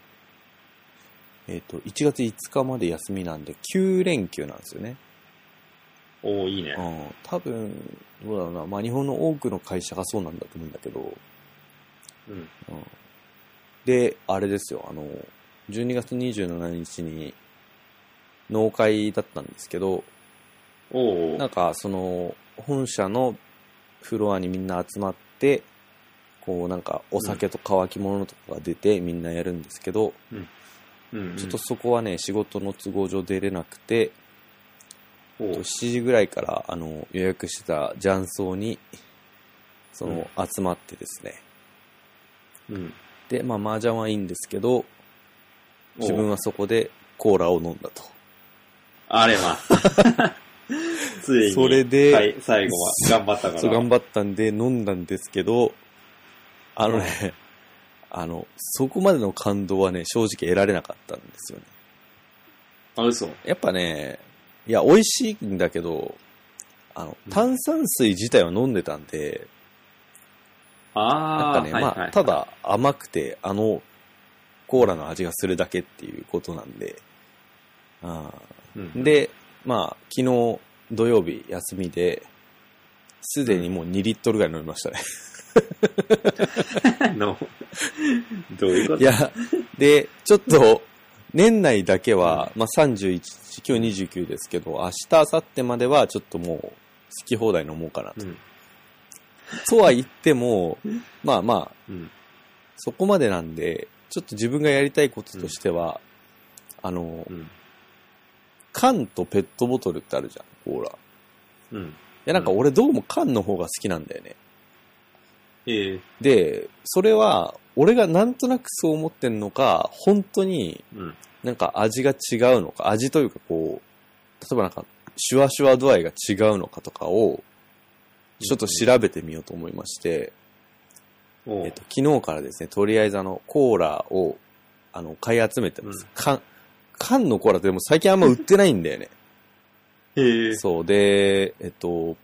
[SPEAKER 1] えっと、1月5日まで休みなんで、9連休なんですよね。
[SPEAKER 2] おおいいね。
[SPEAKER 1] うん、多分、どうだろうな、まあ日本の多くの会社がそうなんだと思うんだけど、
[SPEAKER 2] うん。
[SPEAKER 1] うん、で、あれですよ、あの、12月27日に農会だったんですけど、
[SPEAKER 2] おお
[SPEAKER 1] なんかその、本社のフロアにみんな集まって、こうなんかお酒と乾き物とかが出てみんなやるんですけど、
[SPEAKER 2] うん。
[SPEAKER 1] ちょっとそこはね、仕事の都合上出れなくて、
[SPEAKER 2] おう
[SPEAKER 1] 7時ぐらいからあの予約してた雀荘にその、集まってですね
[SPEAKER 2] うん。
[SPEAKER 1] でまあ麻雀はいいんですけど
[SPEAKER 2] おう
[SPEAKER 1] 自分はそこでコーラを飲んだと
[SPEAKER 2] あれま。
[SPEAKER 1] [LAUGHS]
[SPEAKER 2] ついに。
[SPEAKER 1] それで
[SPEAKER 2] はい、最後は頑張ったから。
[SPEAKER 1] そう頑張ったんで飲んだんですけどあのねあのそこまでの感動はね正直得られなかったんですよね
[SPEAKER 2] あ、嘘。
[SPEAKER 1] やっぱねいや美味しいんだけどあの
[SPEAKER 2] うん
[SPEAKER 1] 炭酸水自体は飲んでたんで、なん
[SPEAKER 2] ああ、
[SPEAKER 1] かね、
[SPEAKER 2] はいはい
[SPEAKER 1] まあ、ただ甘くて、あの、コーラの味がするだけっていうことなんで、あ
[SPEAKER 2] うん [LAUGHS]
[SPEAKER 1] ーで、まあ、昨日土曜日休みで、すでにもう2リットルぐらい飲みましたね。
[SPEAKER 2] の、どういうこ
[SPEAKER 1] い
[SPEAKER 2] と
[SPEAKER 1] や、で、ちょっと、年内だけは、まあ31日、今日29ですけど、明日、明後日まではちょっともう、好き放題飲もうかなと。
[SPEAKER 2] うん。
[SPEAKER 1] とは言っても、まあまあ、
[SPEAKER 2] うん。
[SPEAKER 1] そこまでなんで、ちょっと自分がやりたいこととしては、あの
[SPEAKER 2] う、ん。
[SPEAKER 1] 缶とペットボトルってあるじゃん、コーラ。い
[SPEAKER 2] うん。
[SPEAKER 1] や、なんか俺どうも缶の方が好きなんだよね。
[SPEAKER 2] ええ
[SPEAKER 1] で、それは、俺がなんとなくそう思ってんのか、本当に
[SPEAKER 2] うん。
[SPEAKER 1] なんか味が違うのか、味というかこう、例えばなんか、シュワシュワ度合いが違うのかとかを、ちょっと調べてみようと思いまして、
[SPEAKER 2] お
[SPEAKER 1] え
[SPEAKER 2] う
[SPEAKER 1] っと、昨日からですね、とりあえずあの、コーラを、あの、買い集めてます
[SPEAKER 2] うん。
[SPEAKER 1] 缶、缶のコーラってでも最近あんま売ってないんだよね。
[SPEAKER 2] ええ
[SPEAKER 1] そう。で、えっと、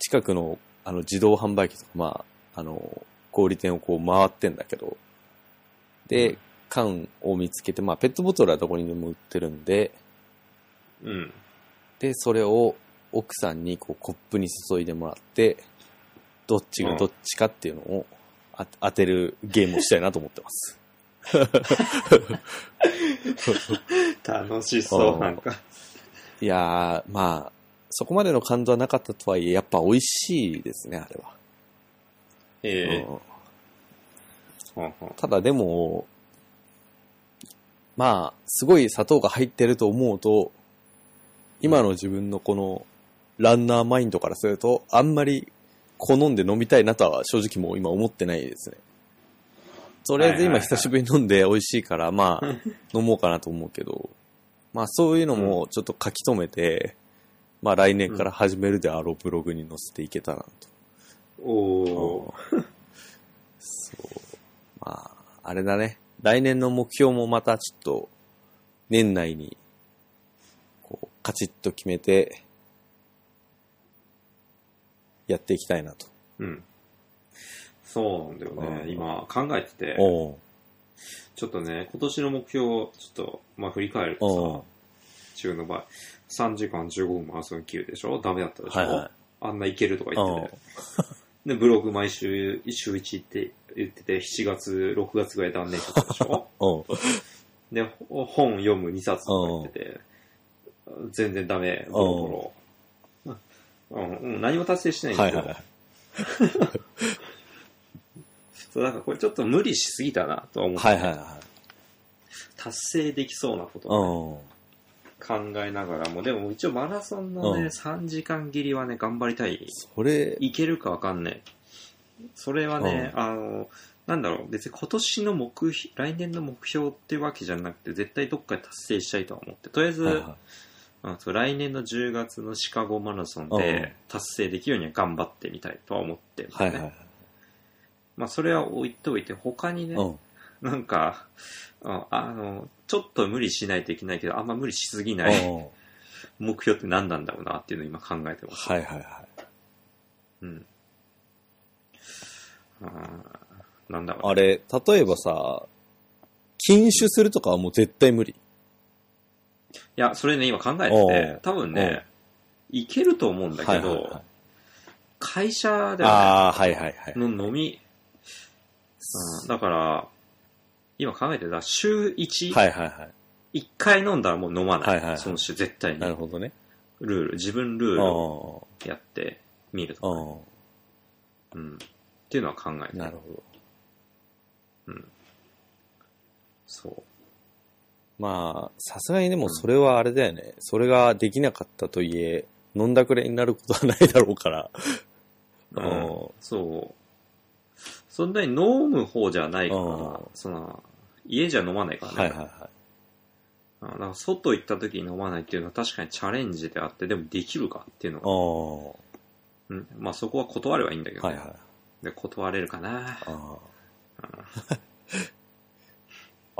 [SPEAKER 1] 近くの、あの、自動販売機とか、まあ、あの、小売店をこう回ってんだけど、で、缶を見つけて、まあ、ペットボトルはどこにでも売ってるんで、
[SPEAKER 2] うん。
[SPEAKER 1] で、それを奥さんにこうコップに注いでもらって、どっちがどっちかっていうのをあ当てるゲームをしたいなと思ってます。
[SPEAKER 2] 楽しそう、なんか。
[SPEAKER 1] いやー、まあ、そこまでの感動はなかったとはいえ、やっぱ美味しいですね、あれは。
[SPEAKER 2] ええ
[SPEAKER 1] うん
[SPEAKER 2] ほんほん
[SPEAKER 1] ただでも、まあ、すごい砂糖が入ってると思うと、今の自分のこのランナーマインドからすると、あんまり好んで飲みたいなとは正直もう今思ってないですね。とりあえず
[SPEAKER 2] はいはいは
[SPEAKER 1] 今
[SPEAKER 2] い
[SPEAKER 1] 久しぶりに飲んで美味しいから、ま
[SPEAKER 2] [LAUGHS]
[SPEAKER 1] あ、飲もうかなと思うけど、まあそういうのもちょっと書き留めて、まあ来年から始めるであろうブログに載せていけたらなと。
[SPEAKER 2] おー
[SPEAKER 1] そう。まあ、あれだね。来年の目標もまたちょっと、年内に、こう、カチッと決めて、やっていきたいなと。
[SPEAKER 2] うん。そうなんだよ
[SPEAKER 1] う
[SPEAKER 2] ね。
[SPEAKER 1] ん
[SPEAKER 2] 今、考えてて、
[SPEAKER 1] おう
[SPEAKER 2] ちょっとね、今年の目標を、ちょっと、まあ、振り返る
[SPEAKER 1] おう
[SPEAKER 2] とさ、中の場合、3時間15分マラソン9でしょダメだったでしょ、
[SPEAKER 1] はいはい。
[SPEAKER 2] あんないけるとか言って
[SPEAKER 1] お
[SPEAKER 2] て、で、ブログ毎週、週1って言ってて、7月、6月ぐらい断念してたでしょ
[SPEAKER 1] おう
[SPEAKER 2] で、ほ本読む2冊とか言ってて、全然ダメ、ボロボロ。うん、うん何も達成してないん
[SPEAKER 1] は
[SPEAKER 2] だ
[SPEAKER 1] い
[SPEAKER 2] けど、
[SPEAKER 1] はいはい。
[SPEAKER 2] そう、なんかこれちょっと無理しすぎたなとは思って、
[SPEAKER 1] はいはいはい。
[SPEAKER 2] 達成できそうなこと
[SPEAKER 1] う
[SPEAKER 2] をね
[SPEAKER 1] ん。
[SPEAKER 2] 考えながらも、でも一応マラソンのね、
[SPEAKER 1] うん
[SPEAKER 2] 3時間切りはね、頑張りたい。
[SPEAKER 1] それ、
[SPEAKER 2] いけるかわかんない。それはね、
[SPEAKER 1] う
[SPEAKER 2] あの、なんだろう、別に今年の目標、来年の目標ってわけじゃなくて、絶対どっかで達成したいとは思って、とりあえず、
[SPEAKER 1] はいは
[SPEAKER 2] うんそう来年の10月のシカゴマラソン
[SPEAKER 1] うん
[SPEAKER 2] で達成できるようには頑張ってみたいとは思ってるんだ
[SPEAKER 1] い
[SPEAKER 2] よ
[SPEAKER 1] はい
[SPEAKER 2] ね。
[SPEAKER 1] はい。
[SPEAKER 2] まあ、それは置いておいて、他にね、
[SPEAKER 1] うん。
[SPEAKER 2] なんか、ああの、ちょっと無理しないといけないけど、あんま無理しすぎ
[SPEAKER 1] うん
[SPEAKER 2] な
[SPEAKER 1] はい
[SPEAKER 2] い目標って何なんだろうなっていうのを今考えてます。
[SPEAKER 1] はいはい。
[SPEAKER 2] うん。あーなんだろうね。
[SPEAKER 1] あれ、例えばさ、禁酒するとかはもう絶対無理。
[SPEAKER 2] いや、それね、今考え
[SPEAKER 1] お
[SPEAKER 2] て
[SPEAKER 1] う
[SPEAKER 2] て、多分ね、いけると思うんだ
[SPEAKER 1] はい
[SPEAKER 2] け
[SPEAKER 1] はいはい
[SPEAKER 2] ど、。会社では
[SPEAKER 1] ああ、はいはいはい。
[SPEAKER 2] ね、の飲み、うんだから、今考えてた、週1、
[SPEAKER 1] はいはいは
[SPEAKER 2] 1回飲んだらもう飲ま
[SPEAKER 1] はいはいは
[SPEAKER 2] ないい。その週絶対
[SPEAKER 1] い。
[SPEAKER 2] に。
[SPEAKER 1] なる
[SPEAKER 2] ル
[SPEAKER 1] ほどね。
[SPEAKER 2] ール、自分ルー
[SPEAKER 1] う
[SPEAKER 2] ルを
[SPEAKER 1] ん。
[SPEAKER 2] やってみるとかね。
[SPEAKER 1] う
[SPEAKER 2] うん。っていうのは考えて
[SPEAKER 1] ん。
[SPEAKER 2] る
[SPEAKER 1] なるほど。
[SPEAKER 2] そう。
[SPEAKER 1] まあ、さすがにでもそれはあれだよね。それができなかったといえ、飲んだくれになることはないだろうから。
[SPEAKER 2] うん
[SPEAKER 1] うん
[SPEAKER 2] そう。そんなに飲む方じゃないか
[SPEAKER 1] うん
[SPEAKER 2] ら、その、家じゃ飲まないからね。
[SPEAKER 1] はいはいは
[SPEAKER 2] あだから外行った時に飲まないっていうのは確かにチャレンジであって、でもできるかっていうの
[SPEAKER 1] い。う
[SPEAKER 2] は、
[SPEAKER 1] ん。は
[SPEAKER 2] うん、まあそこは断ればいいんだけ
[SPEAKER 1] い
[SPEAKER 2] ど、
[SPEAKER 1] はい
[SPEAKER 2] ね。で断れるかな。 [LAUGHS]
[SPEAKER 1] うん。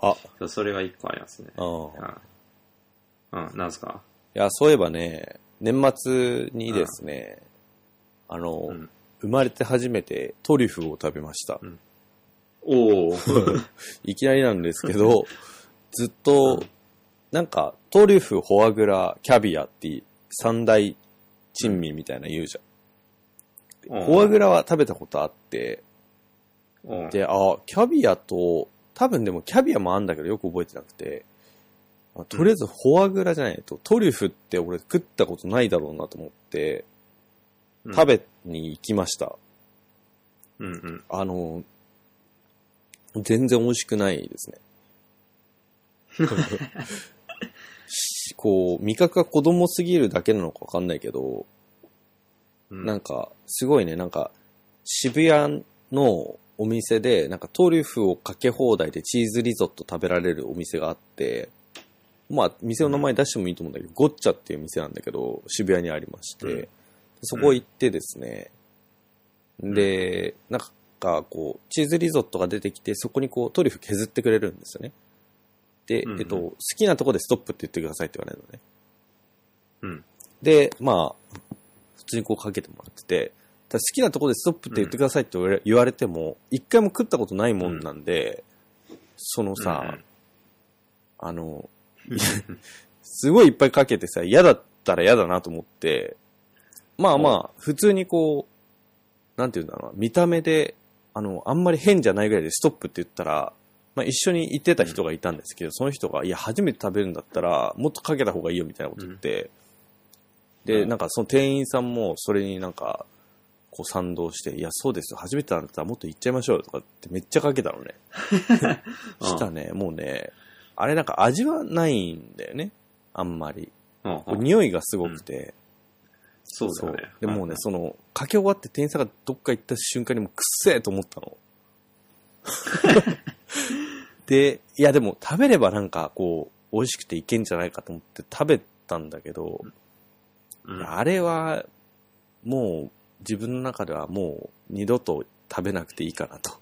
[SPEAKER 1] あ、
[SPEAKER 2] そうそれが一個ありますね。
[SPEAKER 1] うん。
[SPEAKER 2] うん、うん、なんすか
[SPEAKER 1] いや、そういえばね、年末にですね、あの、
[SPEAKER 2] うん
[SPEAKER 1] 生まれて初めてトリュフを食べました。
[SPEAKER 2] おお
[SPEAKER 1] [LAUGHS] いきなりなんですけど、ずっと、なんか、トリュフ、フォアグラ、キャビアって三大珍味みたいな言うじゃん。フォアグラは食べたことあって、
[SPEAKER 2] うん、
[SPEAKER 1] で、あ、キャビアと、多分でもキャビアもあんだけどよく覚えてなくて、あとりあえずフォアグラじゃないと、トリュフって俺食ったことないだろうなと思って、
[SPEAKER 2] うん
[SPEAKER 1] 食べに行きました。
[SPEAKER 2] うんうん。
[SPEAKER 1] あの、全然美味しくないですね。しこう、味覚が子供すぎるだけなのかわかんないけど、
[SPEAKER 2] うん
[SPEAKER 1] なんか、すごいね、なんか、渋谷のお店で、なんかトリュフをかけ放題でチーズリゾット食べられるお店があって、まあ、店の名前出してもいいと思うんだけど、ゴッチャっていう店なんだけど、渋谷にありまして、
[SPEAKER 2] うん
[SPEAKER 1] そこ行ってですね、で、なんかこう、チーズリゾットが出てきて、そこにこう、トリュフ削ってくれるんですよね。で、
[SPEAKER 2] うんうん
[SPEAKER 1] えっと、好きなとこでストップって言ってくださいって言われるのね。
[SPEAKER 2] うん。
[SPEAKER 1] で、まあ、普通にこうかけてもらってて、ただ好きなところでストップって言ってくださいって言われ言われても、一回も食ったことないもんなんで、そのさ、あの、
[SPEAKER 2] うんうん、
[SPEAKER 1] すごいいっぱいかけてさ、嫌だったら嫌だなと思って、まあまあ、普通にこう、なんていうんだろうな、見た目で、あの、あんまり変じゃないぐらいでストップって言ったら、まあ一緒に行ってた人がいたんですけど、その人が、いや、初めて食べるんだったら、もっとかけた方がいいよみたいなこと言って、で、
[SPEAKER 2] うん
[SPEAKER 1] なんかその店員さんもそれになんか、こう賛同して、いや、そうですよ、初めてなんだったらもっと行っちゃいましょうよとかってめっちゃかけたのね。
[SPEAKER 2] [LAUGHS]
[SPEAKER 1] したね、もうね、あれなんか味はないんだよね、あんまり。
[SPEAKER 2] うん
[SPEAKER 1] こう
[SPEAKER 2] うん
[SPEAKER 1] 匂いがすごくて、
[SPEAKER 2] そうだよね。
[SPEAKER 1] でもうね、その、かけ終わって店員さんがどっか行った瞬間にもうくっせえと思った
[SPEAKER 2] [LAUGHS]
[SPEAKER 1] の。で、いやでも食べればなんかこう、美味しくていけんじゃないかと思って食べたんだけど、
[SPEAKER 2] うん、
[SPEAKER 1] あれは、もう自分の中ではもう二度と食べなくていいかなと。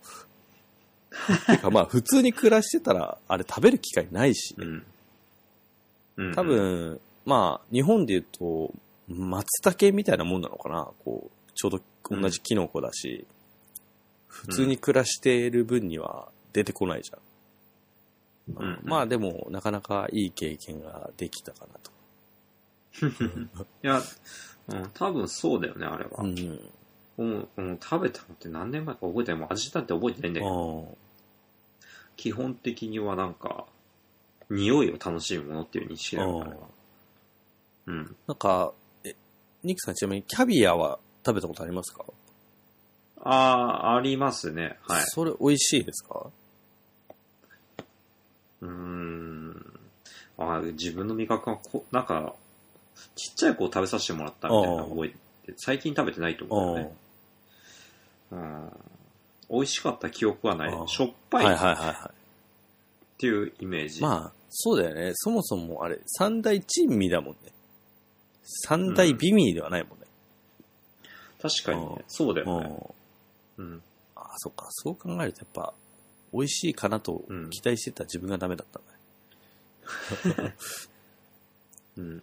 [SPEAKER 1] てかまあ普通に暮らしてたら、あれ食べる機会ないし
[SPEAKER 2] う、ん。うん
[SPEAKER 1] 多、分、まあ、日本で言うと、松茸みたいなもんなのかなこう、ちょうど同じキノコだし、普通に暮らしている分には出てこないじゃん。
[SPEAKER 2] うんうん
[SPEAKER 1] まあでも、なかなかいい経験ができたかなと。
[SPEAKER 2] いや、うん、多分そうだよね、あれは
[SPEAKER 1] う。ん。
[SPEAKER 2] うん、うん、食べたのって何年前か覚えてない。もう味なんて覚えてないんだけど、
[SPEAKER 1] あ
[SPEAKER 2] 基本的にはなんか、匂いを楽しむものっていう認識だよ、あれはうん。
[SPEAKER 1] なんか、え、ニックさんちなみにキャビアは食べたことありますか
[SPEAKER 2] ああ、ありますね。はい。
[SPEAKER 1] それ美味しいですか
[SPEAKER 2] うーん。あー自分の味覚がこ、なんか、ちっちゃい子を食べさせてもらったみたいなのを覚えて、最近食べてないと思うんだよね。うん。美味しかった記憶はな
[SPEAKER 1] ああ
[SPEAKER 2] い。しょっ
[SPEAKER 1] はいはい
[SPEAKER 2] ぱいっ
[SPEAKER 1] はいは
[SPEAKER 2] ていうイメー
[SPEAKER 1] い。
[SPEAKER 2] ジ。
[SPEAKER 1] まあ、そうだよね。そもそもあれ、三大珍味だもんね。三大美味ではないもんね。
[SPEAKER 2] 確かに
[SPEAKER 1] うん
[SPEAKER 2] ね。そうだ
[SPEAKER 1] う
[SPEAKER 2] よ
[SPEAKER 1] ん。
[SPEAKER 2] ね。うん。
[SPEAKER 1] あ、そっか。そう考えるとやっぱ、美味しいかなと
[SPEAKER 2] うん
[SPEAKER 1] 期待してた自分がダメだったんだね。
[SPEAKER 2] うん。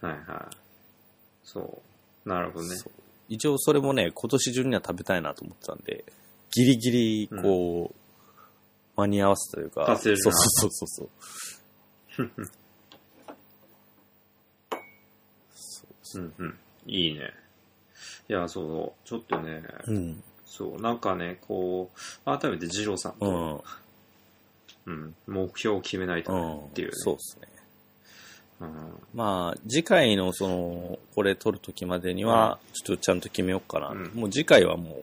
[SPEAKER 2] はいはい。そう。なるほどね。
[SPEAKER 1] そう一応それもね、今年中には食べたいなと思ってたんで、ギリギリ、こう、間に合わせたというか、
[SPEAKER 2] 達成
[SPEAKER 1] そう
[SPEAKER 2] るな
[SPEAKER 1] そうそうそう。
[SPEAKER 2] うんうん。いいね。いや、そう、ちょっとね、
[SPEAKER 1] うん。
[SPEAKER 2] そう、なんかね、こう、改めて二郎さん
[SPEAKER 1] う
[SPEAKER 2] と、
[SPEAKER 1] ん。
[SPEAKER 2] うん、目標を決めないとね
[SPEAKER 1] ん
[SPEAKER 2] っていうね
[SPEAKER 1] そうですね。
[SPEAKER 2] うん
[SPEAKER 1] まあ、次回の、その、これ撮るときまでには、ちょっとちゃんと決めようかな。
[SPEAKER 2] うん
[SPEAKER 1] もう次回はもう、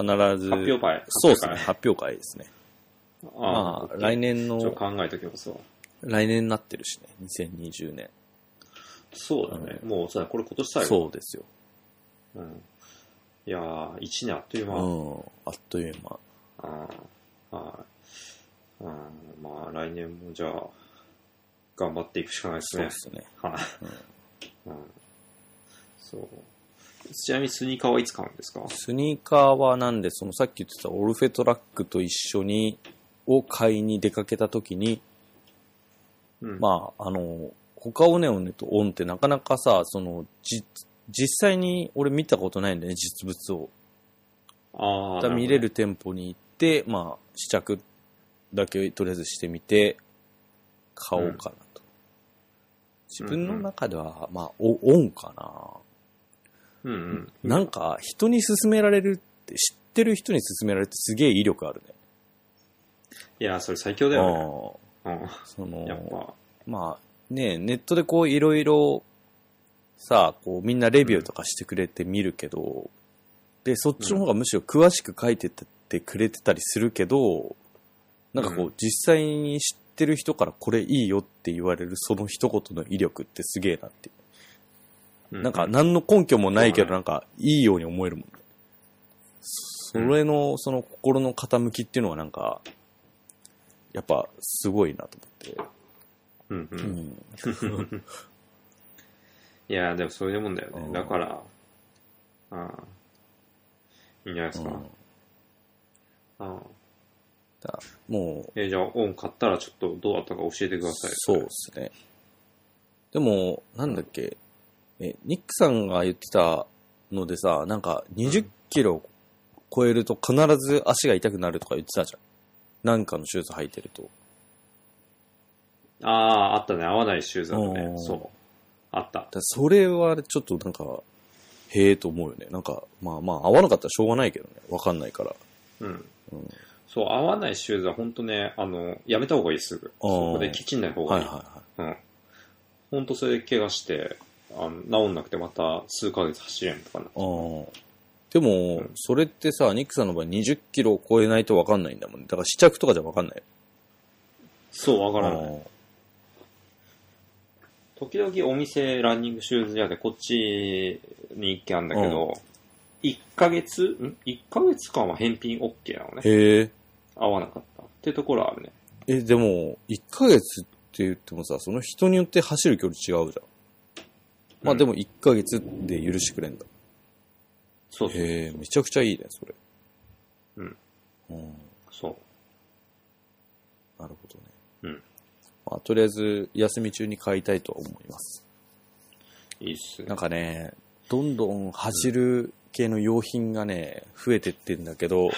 [SPEAKER 1] 必ず、
[SPEAKER 2] 発表会。
[SPEAKER 1] そうですね、
[SPEAKER 2] 発
[SPEAKER 1] 発表会ですね。
[SPEAKER 2] 表会
[SPEAKER 1] まあ、
[SPEAKER 2] あ
[SPEAKER 1] 来
[SPEAKER 2] 来年
[SPEAKER 1] 年
[SPEAKER 2] ちょっと
[SPEAKER 1] の、
[SPEAKER 2] 考えときますわ。
[SPEAKER 1] 来年になってるしね、2020年。
[SPEAKER 2] そうだね。もう、そうだ、これ今年最後。
[SPEAKER 1] そうですよ。
[SPEAKER 2] うん。いやー、一年あっという
[SPEAKER 1] う
[SPEAKER 2] 間。
[SPEAKER 1] ん。あっという間。
[SPEAKER 2] あーはい。うん、まあ、来年もじゃあ、頑張っていくしかないです
[SPEAKER 1] そう
[SPEAKER 2] ね
[SPEAKER 1] で。すね。
[SPEAKER 2] はい。うん。そう。ちなみにスニーカーはいつ買うんですか
[SPEAKER 1] スニーカーはなんで、そのさっき言ってたオルフェトラックと一緒に、を買いに出かけたときに、
[SPEAKER 2] うん。
[SPEAKER 1] まあ、あの、他をねおねとオンってなかなかさ、その、じ、実際に俺見たことないんだよね、実物を。
[SPEAKER 2] あ
[SPEAKER 1] ま
[SPEAKER 2] あ
[SPEAKER 1] た見れる店舗に行って、まあ、試着だけとりあえずしてみて、買おうかなと。自分の中では、まあ、おオンか
[SPEAKER 2] うんう
[SPEAKER 1] な。
[SPEAKER 2] ん。
[SPEAKER 1] なんか、人に勧められるって、知ってる人に勧められるってすげえ威力あるね。
[SPEAKER 2] いや、それ最強だよ
[SPEAKER 1] あ
[SPEAKER 2] ね。
[SPEAKER 1] あそ
[SPEAKER 2] うん。やっ
[SPEAKER 1] の、
[SPEAKER 2] ぱ。
[SPEAKER 1] まあ、ね、ネットでこう、いろいろ、さあ、こう、みんなレビューとかしてくれて見るけど、で、そっちの方がむしろ詳しく書いてってくれてたりするけど、なんかこ
[SPEAKER 2] う
[SPEAKER 1] う、実際に知ってる人からこれいいよって言われるその一言の威力ってすげえなっていう。
[SPEAKER 2] う
[SPEAKER 1] なんか、何の根拠もないけ
[SPEAKER 2] そう
[SPEAKER 1] ど、
[SPEAKER 2] だね
[SPEAKER 1] なんか、いいように思えるもんね。それの、その心の傾きっていうのはなんか、やっぱ、すごいなと思っ
[SPEAKER 2] うんう
[SPEAKER 1] て。
[SPEAKER 2] ん。
[SPEAKER 1] ん。
[SPEAKER 2] いや、でもそういうもんだよ
[SPEAKER 1] う
[SPEAKER 2] ね
[SPEAKER 1] ん。
[SPEAKER 2] だから、ああ。いいんじゃないですか。ああ。
[SPEAKER 1] だもう、
[SPEAKER 2] え、じゃあ、オン買ったらちょっとどうだったか教えてください。
[SPEAKER 1] そうですね。でも、なんだっけ、え、ニックさんが言ってたのでさ、なんか20キロ超えると必ず足が痛くなるとか言ってたじゃん。なんかのシューズ履いてると。
[SPEAKER 2] ああ、あったね。合わないシューズだった
[SPEAKER 1] う
[SPEAKER 2] ね。
[SPEAKER 1] ん
[SPEAKER 2] そう。あった
[SPEAKER 1] だ。それはちょっとなんか、へえと思うよね。なんか、まあまあ、合わなかったらしょうがないけどね。わかんないから。
[SPEAKER 2] うん
[SPEAKER 1] うん。
[SPEAKER 2] そう、合わないシューズは本当ね、あの、やめた方がいい、すぐ。
[SPEAKER 1] ああ
[SPEAKER 2] そこできちんない方
[SPEAKER 1] はい
[SPEAKER 2] がいい
[SPEAKER 1] はい。は
[SPEAKER 2] うん。本当それで怪我して、あの治んなくてまた数ヶ月走れんとかな。
[SPEAKER 1] い。ああ。でも、それってさ、ニックさんの場合20キロ超えないとわかんないんだもんね。だから試着とかじゃわかんない。
[SPEAKER 2] そう、わからない。
[SPEAKER 1] い。
[SPEAKER 2] 時々お店、ランニングシューズ屋で、こっちに一軒あるんだけど、1ヶ月、ん ?1 ヶ月間は返品 OK なのね。
[SPEAKER 1] へえ。
[SPEAKER 2] 合わなかった。ってところはあるね。
[SPEAKER 1] え、でも、1ヶ月って言ってもさ、その人によって走る距離違うじゃん。まあ
[SPEAKER 2] うん
[SPEAKER 1] でも1ヶ月で許してくれんだ。
[SPEAKER 2] そうそう。
[SPEAKER 1] へえ、めちゃくちゃいいね、それ。
[SPEAKER 2] うん。
[SPEAKER 1] うん、
[SPEAKER 2] そう。
[SPEAKER 1] なるほどね。
[SPEAKER 2] うん。
[SPEAKER 1] まあ、とりあえず、休み中に買いたいとは思います。
[SPEAKER 2] いいっす
[SPEAKER 1] な
[SPEAKER 2] ね
[SPEAKER 1] ん。かね、どんどん走る系の用品がね、増えてってんだけ
[SPEAKER 2] [LAUGHS]
[SPEAKER 1] ど、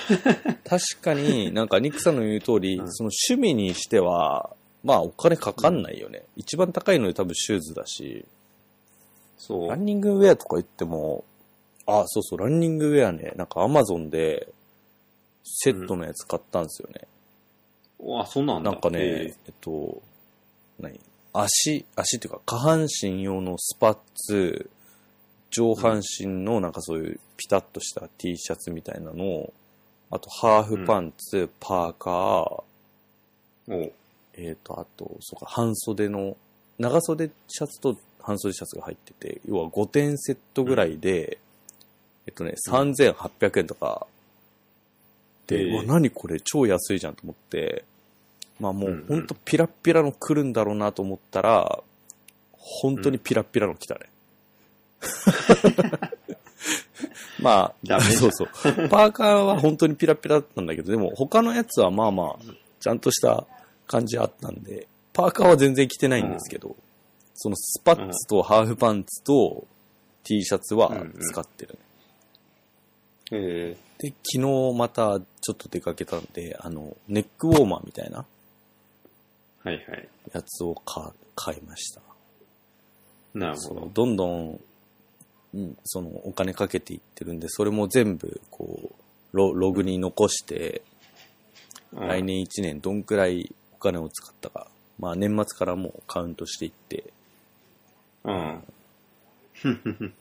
[SPEAKER 1] 確かになんかニックさんの言う通り、
[SPEAKER 2] うん
[SPEAKER 1] その趣味にしては、まあお金かかんないよね。一番高いので多分シューズだし、
[SPEAKER 2] そう。
[SPEAKER 1] ランニングウェアとか言っても、あ、そうそう、ランニングウェアね、なんかアマゾンで、セットのやつ買ったんですよね。
[SPEAKER 2] うわ、そうなんだ。
[SPEAKER 1] なんかね、
[SPEAKER 2] え
[SPEAKER 1] えっと、何足、足っていうか、下半身用のスパッツ、上半身のなんかそういうピタッとした T シャツみたいなのを、あとハーフパンツ、パーカー、
[SPEAKER 2] ーおう
[SPEAKER 1] えっ、と、あと、そうか、半袖の、長袖シャツと半袖シャツが入ってて、要は5点セットぐらいで、えっとね、3800円とか、で、
[SPEAKER 2] えー
[SPEAKER 1] うわ、何これ超安いじゃんと思って、まあも
[SPEAKER 2] うんう
[SPEAKER 1] うんほんとピラッピラの来るんだろうなと思ったら、本当にピラッピラの来た
[SPEAKER 2] [LAUGHS]
[SPEAKER 1] ね。ま
[SPEAKER 2] ダ
[SPEAKER 1] あ、
[SPEAKER 2] メじゃん
[SPEAKER 1] そうそう。パーカーは本当にピラピラだったんだけど、でも他のやつはまあまあ、ちゃんとした感じあったんで、パーカーは全然着てないんですけど、そのスパッツとハーフパンツと T シャツは使ってるね、
[SPEAKER 2] え
[SPEAKER 1] で、昨日またちょっと出かけたんで、あの、ネックウォーマーみたいな
[SPEAKER 2] ーはいはい。
[SPEAKER 1] やつを買買いました。
[SPEAKER 2] なる
[SPEAKER 1] そ
[SPEAKER 2] ほ
[SPEAKER 1] の
[SPEAKER 2] ど。
[SPEAKER 1] どんどん、うん、そのお金かけていってるんで、それも全部こう、ロログに残して、
[SPEAKER 2] うん
[SPEAKER 1] 来年1年どんくらいお金を使ったか、まあ年末からもうカウントしていって、
[SPEAKER 2] うん。 [LAUGHS]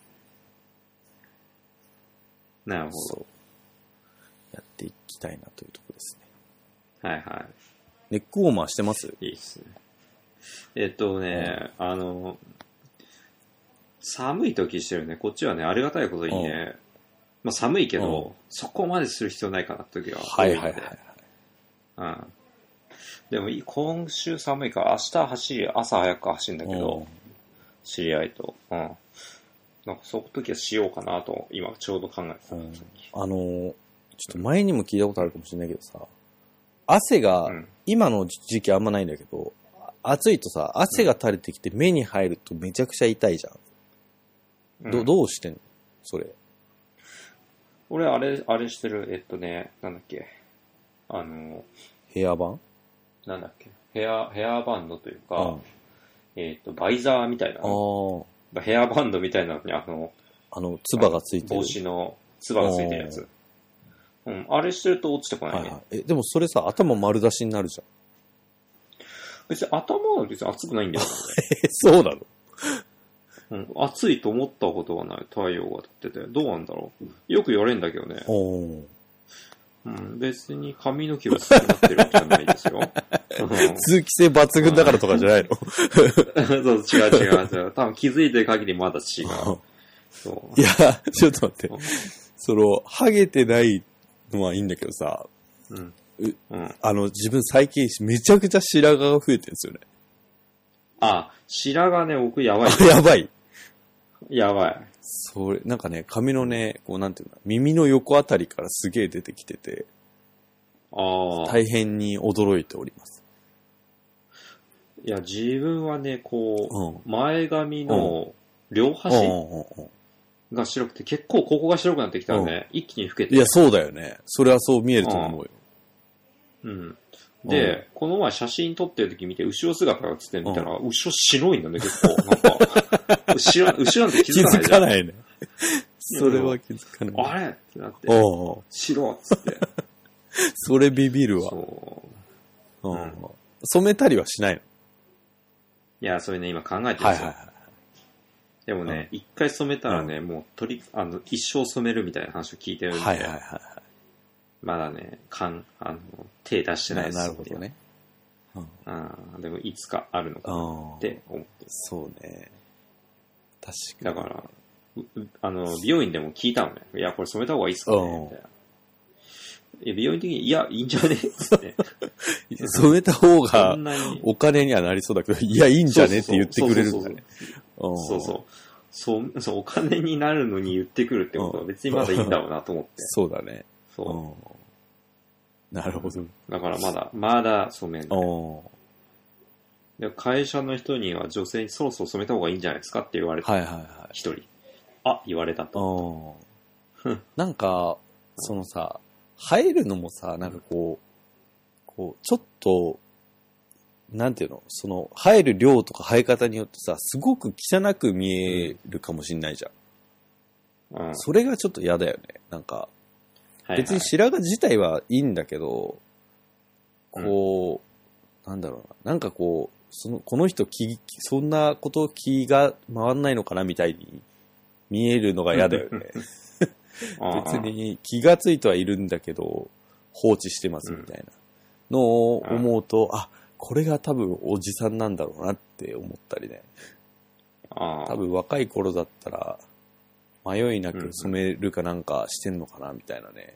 [SPEAKER 2] なるほ
[SPEAKER 1] そう、やっていきたいなというところですね。
[SPEAKER 2] ど。はいは
[SPEAKER 1] ネックウォーマーしてます
[SPEAKER 2] い。いいっすね。えっとね、あの、寒い時してるね。こっちはね、ありがたいことにね、まあ寒いけ
[SPEAKER 1] う
[SPEAKER 2] ど、そこまでする必要ないかなって時は多
[SPEAKER 1] はいい
[SPEAKER 2] んで。
[SPEAKER 1] はいはい。
[SPEAKER 2] うん。でもいい今週寒いから、明日走り、朝早く走るんだけど、
[SPEAKER 1] うん
[SPEAKER 2] 知り合いと。うん。なんか、その時はしようかなと、今ちょうど考えてた。
[SPEAKER 1] うんあのー、ちょっと前にも聞いたことあるかもしれないけどさ、汗が、
[SPEAKER 2] うん
[SPEAKER 1] 今の時期あんまないんだけど、暑いとさ、汗が垂れてきて目に入るとめちゃくちゃ痛いじゃん。
[SPEAKER 2] う
[SPEAKER 1] ど
[SPEAKER 2] ん
[SPEAKER 1] どうしてんのそれ。
[SPEAKER 2] 俺、あれ、あれしてる、えっとね、なんだっけ。あの、
[SPEAKER 1] ヘアバン
[SPEAKER 2] なんだっけ。ヘア、ヘアバンドというか、
[SPEAKER 1] うん
[SPEAKER 2] えっと、バイザーみたいな
[SPEAKER 1] あ。ー
[SPEAKER 2] ヘアバンドみたいなのに、あの、
[SPEAKER 1] あの、つばがついてる。
[SPEAKER 2] 帽子の、つばがついてるやつ。うん、あれしてると落ちてこない
[SPEAKER 1] は
[SPEAKER 2] ね。
[SPEAKER 1] いはい。え、でもそれさ、頭丸出しになるじゃん。
[SPEAKER 2] 別に頭は別に熱くないんだよ。
[SPEAKER 1] え、 [LAUGHS] そうなの
[SPEAKER 2] うん、暑いと思ったことがない、太陽が立ってて。どうなんだろう。よく言われるんだけどね。
[SPEAKER 1] おー
[SPEAKER 2] うん、別に髪の毛が薄くなってるわけじゃないですよ。
[SPEAKER 1] 通気性抜群だからとかじゃ [LAUGHS] ないの
[SPEAKER 2] うん、そう違う違う違う。多分気づいてる限りまだ血が。そう。
[SPEAKER 1] いや、ちょっと待って
[SPEAKER 2] うん。
[SPEAKER 1] その、ハゲてないのはいいんだけどさ、
[SPEAKER 2] うん。
[SPEAKER 1] う
[SPEAKER 2] うん。
[SPEAKER 1] あの、自分最近めちゃくちゃ白髪が増えてるんですよね。 [LAUGHS]
[SPEAKER 2] あ、白がね、僕やばい。
[SPEAKER 1] あやばい。
[SPEAKER 2] やばい。
[SPEAKER 1] それ、なんかね、髪のね、こうなんていうの、耳の横あたりからすげえ出てきてて、
[SPEAKER 2] ああ。い
[SPEAKER 1] 大変に驚いております。
[SPEAKER 2] や、自分はね、こ
[SPEAKER 1] うん。
[SPEAKER 2] う、前髪の
[SPEAKER 1] う
[SPEAKER 2] 両
[SPEAKER 1] んう
[SPEAKER 2] 端
[SPEAKER 1] んうん
[SPEAKER 2] が白くて、結構ここが白くなってきたらね、一気に老けて
[SPEAKER 1] いや、そうだよね。それはそう見えると思うよ。
[SPEAKER 2] うん。で、この前写真撮ってる時見て、後ろ姿が映ってみたら、後ろ白いんだね、結構。なん
[SPEAKER 1] [LAUGHS]
[SPEAKER 2] か、後ろ、後ろなんて気
[SPEAKER 1] 気
[SPEAKER 2] づかな
[SPEAKER 1] づ
[SPEAKER 2] いじゃ
[SPEAKER 1] か
[SPEAKER 2] ん。
[SPEAKER 1] ないね。それは気づかない。
[SPEAKER 2] あれってなって、
[SPEAKER 1] おうん。
[SPEAKER 2] 白っつって。
[SPEAKER 1] それビビるわ。
[SPEAKER 2] そう。
[SPEAKER 1] う
[SPEAKER 2] うん
[SPEAKER 1] ん。染めたりはしない
[SPEAKER 2] いや、それね、今考えて
[SPEAKER 1] のは
[SPEAKER 2] るんで
[SPEAKER 1] い
[SPEAKER 2] す
[SPEAKER 1] はい
[SPEAKER 2] よ。
[SPEAKER 1] はい。
[SPEAKER 2] でもね、一回染めたらね、もう取り、あの、一生染めるみたいな話を聞いてるんで、
[SPEAKER 1] はいはいは
[SPEAKER 2] まだね、かん、あの、手出し
[SPEAKER 1] い。
[SPEAKER 2] てないです。
[SPEAKER 1] なるほど。ね。うん。
[SPEAKER 2] うん。でも、いつかあるのかな
[SPEAKER 1] ああ
[SPEAKER 2] っ。て思って。
[SPEAKER 1] そうね。確か
[SPEAKER 2] だ
[SPEAKER 1] に。
[SPEAKER 2] から、ううあの、美容院でも聞いたのね。いや、これ染めた方がいいっすかね
[SPEAKER 1] うん
[SPEAKER 2] みたいな。いや、美容院的に、いや、いいんじゃねっつ
[SPEAKER 1] [LAUGHS]
[SPEAKER 2] って。
[SPEAKER 1] 染めた方
[SPEAKER 2] そ
[SPEAKER 1] が
[SPEAKER 2] んなに。
[SPEAKER 1] お金にはなりそうだけど、いや、いいんじゃねって言ってくれるんだね。
[SPEAKER 2] そうそうそう。そう
[SPEAKER 1] うん。
[SPEAKER 2] そうそう。そう、そうお金になるのに言ってくるってことは別にまだいいんだろうなと思って。
[SPEAKER 1] そうだね。う
[SPEAKER 2] そ
[SPEAKER 1] ん。なるほど。
[SPEAKER 2] う。だからまだ、まだ染めない。
[SPEAKER 1] うん。
[SPEAKER 2] で会社の人には女性にそろそろ染めた方がいいんじゃないですかって言われて、
[SPEAKER 1] はいはいはい。
[SPEAKER 2] 一人。あ、言われたと。
[SPEAKER 1] うん。なんか、そのさ、生えるのもさ、なんかこう、こう、ちょっと、なんていうのその、生える量とか生え方によってさ、すごく汚く見えるかもしんないじゃん。
[SPEAKER 2] うん。はい
[SPEAKER 1] それがちょっと嫌だよね。なんか、
[SPEAKER 2] はい
[SPEAKER 1] 別に白髪自体はいいんだけど、こう、なんだろうな、なんかこう、そのこの人気、そんなこと気が回んないのかなみたいに見えるのが嫌だよね。 [LAUGHS] 別に気がついてはいるんだけど、放置してますみたいなのを思うと、あ、これが多分おじさんなんだろうなって思ったりね。
[SPEAKER 2] ああ
[SPEAKER 1] 多分若い頃だったら、迷いなく染めるかなんかしてんのかなみたいなね。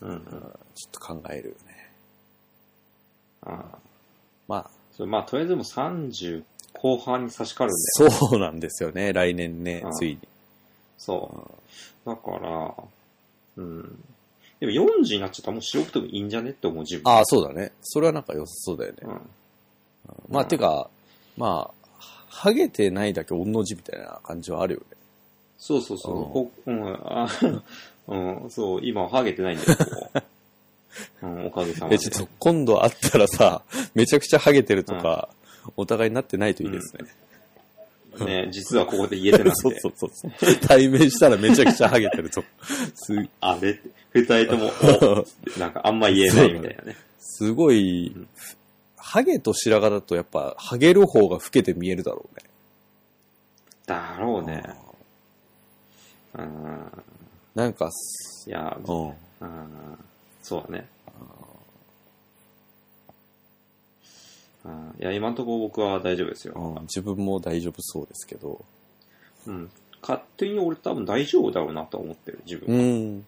[SPEAKER 2] うんう
[SPEAKER 1] うん
[SPEAKER 2] ん
[SPEAKER 1] ちょっと考えるよね。
[SPEAKER 2] ああ
[SPEAKER 1] まあ、
[SPEAKER 2] そうまあ、とりあえずもう30後半に差し掛かるんだよね
[SPEAKER 1] そうなんですよね。来年ね
[SPEAKER 2] う、ん
[SPEAKER 1] ついに。
[SPEAKER 2] そう。だから、うん。でも40になっちゃったらもう白くてもいいんじゃねって思う自分。
[SPEAKER 1] ああ、そうだね。それはなんか良さそうだよね。
[SPEAKER 2] うん。
[SPEAKER 1] まあ、
[SPEAKER 2] うん
[SPEAKER 1] てか、まあ、ハゲてないだけ同じみたいな感じはあるよね。
[SPEAKER 2] そうそうそう。
[SPEAKER 1] うん
[SPEAKER 2] こうん、あ [LAUGHS] うん、そう、今ハゲてないんだよ、ここうん、おかげさまで。
[SPEAKER 1] え、ちょっと今度会ったらさ、めちゃくちゃハゲてるとか、お互いになってないといいですね。
[SPEAKER 2] ね、実はここで言えてなく
[SPEAKER 1] [LAUGHS] そう
[SPEAKER 2] て。
[SPEAKER 1] そうそうそう。対面したらめちゃくちゃハゲてると。す、
[SPEAKER 2] あれ二人
[SPEAKER 1] [LAUGHS]
[SPEAKER 2] とも、おつってなんかあんま言えないみたいなね。
[SPEAKER 1] すごい、
[SPEAKER 2] うん
[SPEAKER 1] ハゲと白髪だとやっぱ、ハゲる方が老けて見えるだろうね。
[SPEAKER 2] だろうね。うん。
[SPEAKER 1] なんかす、
[SPEAKER 2] いや、
[SPEAKER 1] うん。
[SPEAKER 2] うんそうだね。うんいや、今のところ僕は大丈夫ですよ。
[SPEAKER 1] うん自分も大丈夫そうですけど。
[SPEAKER 2] うん。勝手に俺多分大丈夫だろうなと思ってる、自分。
[SPEAKER 1] うん。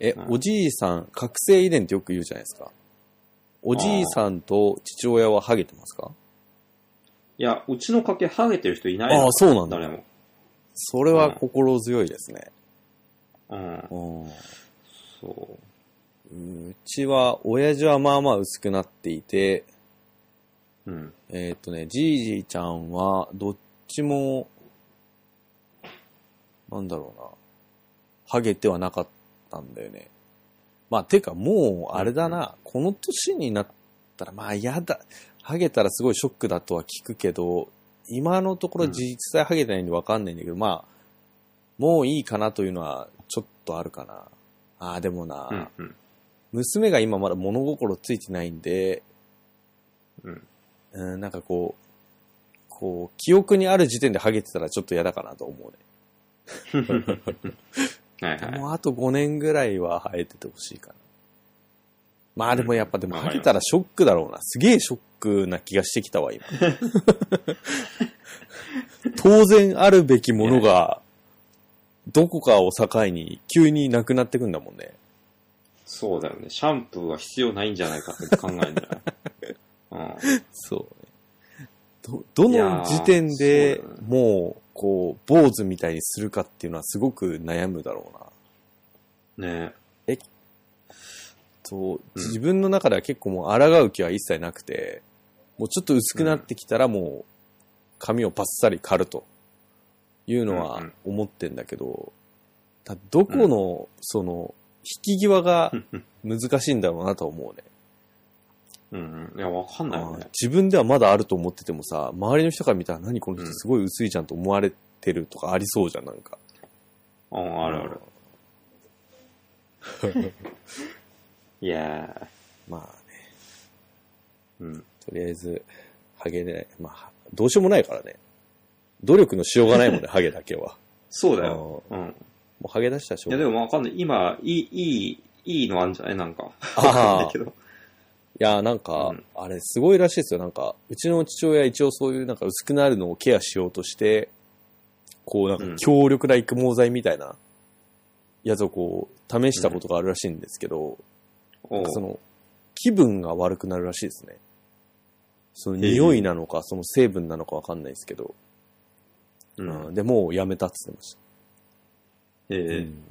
[SPEAKER 1] え、
[SPEAKER 2] うん
[SPEAKER 1] おじいさん、覚醒遺伝ってよく言うじゃないですか。おじいさんと父親はハゲてますか
[SPEAKER 2] いや、うちの家系ハゲてる人いない
[SPEAKER 1] ああ、そうなんだ。
[SPEAKER 2] 誰も。
[SPEAKER 1] それは心強いですね。
[SPEAKER 2] うん。
[SPEAKER 1] うん
[SPEAKER 2] そう
[SPEAKER 1] ちは、親父はまあまあ薄くなっていて、
[SPEAKER 2] う。うん。
[SPEAKER 1] えーっとね、じいじいちゃんは、どっちも、なんだろうな、ハゲてはなかったんだよね。まあ、てかもう、あれだな、この年になったら、まあ、やだ、ハゲたらすごいショックだとは聞くけど、今のところ
[SPEAKER 2] うん
[SPEAKER 1] 実際ハゲてないんでわかんないんだけど、まあ、もういいかなというのは、ちょっとあるかな。ああ、でもな、
[SPEAKER 2] うん。うん。
[SPEAKER 1] 娘が今まだ物心ついてないんで、
[SPEAKER 2] うん。
[SPEAKER 1] うん、なんかこう、こう、記憶にある時点でハゲてたらちょっと嫌だかなと思うね。
[SPEAKER 2] はい
[SPEAKER 1] [LAUGHS]
[SPEAKER 2] はい。
[SPEAKER 1] もうあと5年ぐらいは生えててほしいかな。まあでもやっぱでも
[SPEAKER 2] うん
[SPEAKER 1] ハゲたらショックだろうな。すげえショックな気がしてきた
[SPEAKER 2] [LAUGHS]
[SPEAKER 1] わ、今。当然あるべきものが、どこかを境に急になくなってくんだもんね。
[SPEAKER 2] そうだよね。シャンプーは必要ないんじゃないかって考えるんじゃないうん。
[SPEAKER 1] そうね。ど、どの時点で
[SPEAKER 2] いやーそうだね
[SPEAKER 1] もう、こう、坊主みたいにするかっていうのはすごく悩むだろうな。
[SPEAKER 2] ね
[SPEAKER 1] そう、
[SPEAKER 2] うん
[SPEAKER 1] 自分の中では結構もう抗う気は一切なくて、もうちょっと薄くなってきたらもう髪をパッサリ刈るというの
[SPEAKER 2] うんう
[SPEAKER 1] は
[SPEAKER 2] ん
[SPEAKER 1] 思ってんだけど、ただどこのその引き際が難しいんだろうなとは思うね。
[SPEAKER 2] うん。いや、わかんないよね。
[SPEAKER 1] 自分ではまだあると思っててもさ、周りの人から見たら何この人すごい薄いじゃんと思われてるとかありそうじゃん、なんか。
[SPEAKER 2] うん、あるある。いや
[SPEAKER 1] まあね、
[SPEAKER 2] ーうん。
[SPEAKER 1] とりあえず、ハゲない。まあ、どうしようもないからね。努力のしようがない
[SPEAKER 2] [LAUGHS]
[SPEAKER 1] もんね、ハゲだけは。
[SPEAKER 2] そうだよ。うん。
[SPEAKER 1] もうハゲ出したでしょ
[SPEAKER 2] いや、でもわかんない。今、いい、いい、いいのあんじゃないなんか。
[SPEAKER 1] あー
[SPEAKER 2] わ [LAUGHS] かんないけど。
[SPEAKER 1] いや、なんか、
[SPEAKER 2] うん
[SPEAKER 1] あれすごいらしいですよ。なんか、うちの父親一応そういうなんか薄くなるのをケアしようとして、こうなん
[SPEAKER 2] う
[SPEAKER 1] か
[SPEAKER 2] ん
[SPEAKER 1] 強力な育毛剤みたいなやつをこう試したことがあるらしいんですけど、
[SPEAKER 2] おう
[SPEAKER 1] その気分が悪くなるらしいですね。その匂いなのか、その成分なのかわかんないですけど、
[SPEAKER 2] う
[SPEAKER 1] うん
[SPEAKER 2] ん。
[SPEAKER 1] で、もうやめたって言ってました。
[SPEAKER 2] え
[SPEAKER 1] う
[SPEAKER 2] ー
[SPEAKER 1] ん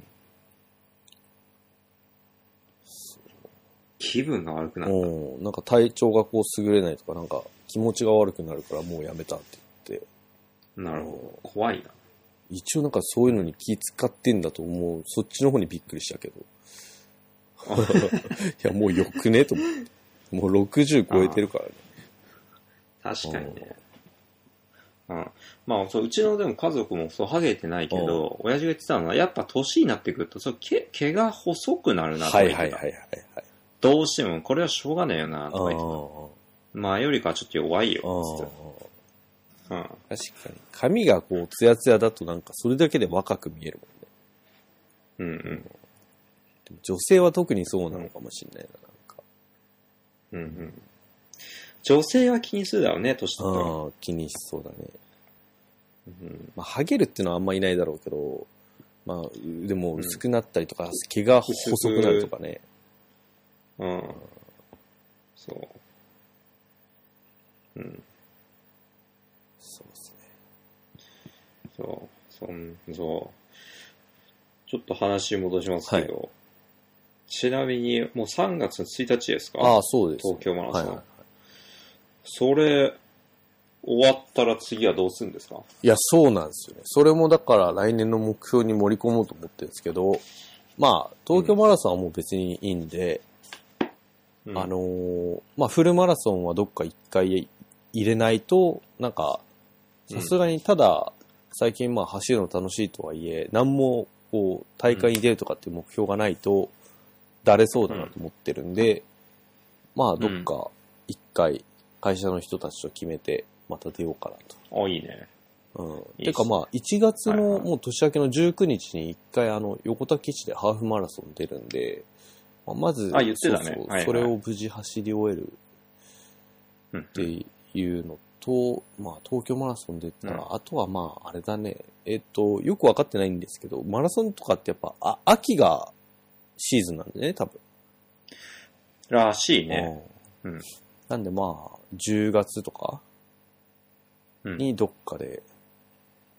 [SPEAKER 2] 気分が悪くなる。
[SPEAKER 1] うん、なんか体調がこう優れないとか、なんか気持ちが悪くなるからもうやめたって言って、
[SPEAKER 2] なるほど。怖いな。
[SPEAKER 1] 一応なんかそういうのに気使ってんだと思う。そっちの方にびっくりした
[SPEAKER 2] [LAUGHS]
[SPEAKER 1] けど。いや、もうよくねと思って。もう60超えてるからね。
[SPEAKER 2] 確かにね。うん。まあ、そう、うちのでも家族もそう、ハゲてないけど、親 [LAUGHS] 父が言ってたのは、やっぱ年になってくると、そう、毛、毛が細くなるなと
[SPEAKER 1] は
[SPEAKER 2] か
[SPEAKER 1] い
[SPEAKER 2] 言ってた
[SPEAKER 1] はいはいはいはい。
[SPEAKER 2] どうしても、これはしょうがねえよな、
[SPEAKER 1] う
[SPEAKER 2] と
[SPEAKER 1] んうん
[SPEAKER 2] か言って
[SPEAKER 1] うん
[SPEAKER 2] た。前よりかはちょっと弱いよ、つって
[SPEAKER 1] うん
[SPEAKER 2] た。うん。
[SPEAKER 1] 確かに。髪がこう、ツヤツヤだとなんか、それだけで若く見えるもんね。
[SPEAKER 2] うんうん。
[SPEAKER 1] でも女性は特にそうなのかもしれないな、なんか。
[SPEAKER 2] うんうん。女性は気にするだろうね、年取ったら。
[SPEAKER 1] ああ、気にしそうだね。
[SPEAKER 2] うん
[SPEAKER 1] まあ、ハゲるっていうのはあんまいないだろうけど、まあ、うでも
[SPEAKER 2] うん
[SPEAKER 1] 薄くなったりとか、毛が細くなるとかね。
[SPEAKER 2] うん。そう。うん。
[SPEAKER 1] そうですね。
[SPEAKER 2] そう。そん、そう。ちょっと話戻しますけど、ちなみに、もう3月の1日ですか
[SPEAKER 1] ああ、そうです。
[SPEAKER 2] 東京マラソン。
[SPEAKER 1] はいはい
[SPEAKER 2] それ、終わったら次はどうするんですか
[SPEAKER 1] いや、そうなんですよね。それもだから来年の目標に盛り込もうと思ってるんですけど、まあ、東京マラソンはもう別にいいんで、
[SPEAKER 2] うん
[SPEAKER 1] あのーまあ、フルマラソンはどっか一回入れないと、なんか、さすがにただ、最近まあ走るの楽しいとはいえ、何もこう、大会に出るとかっていう目標がないと、だれそうだなと思ってるんで、まあ、どっか一回、会社の人たちと決めて、また出ようかなと。
[SPEAKER 2] あ、いいね。
[SPEAKER 1] うん
[SPEAKER 2] いいっすね
[SPEAKER 1] てかまあ、1月
[SPEAKER 2] は
[SPEAKER 1] の
[SPEAKER 2] いはい
[SPEAKER 1] もう年明けの19日に1回あの、横田基地でハーフマラソン出るんで、まあまず、
[SPEAKER 2] あ言ってたね
[SPEAKER 1] そうそう
[SPEAKER 2] はいはい
[SPEAKER 1] それを無事走り終える
[SPEAKER 2] うん
[SPEAKER 1] っ。ていうのと、まあ、東京マラソン出たら、
[SPEAKER 2] う
[SPEAKER 1] あとはまあ、あれだね、えっと、よくわかってないんですけど、マラソンとかってやっぱ、あ秋がシーズンなんでね、多分。
[SPEAKER 2] らしいね。
[SPEAKER 1] うん
[SPEAKER 2] うん
[SPEAKER 1] なんでまあ、10月とか
[SPEAKER 2] うん
[SPEAKER 1] にどっかで、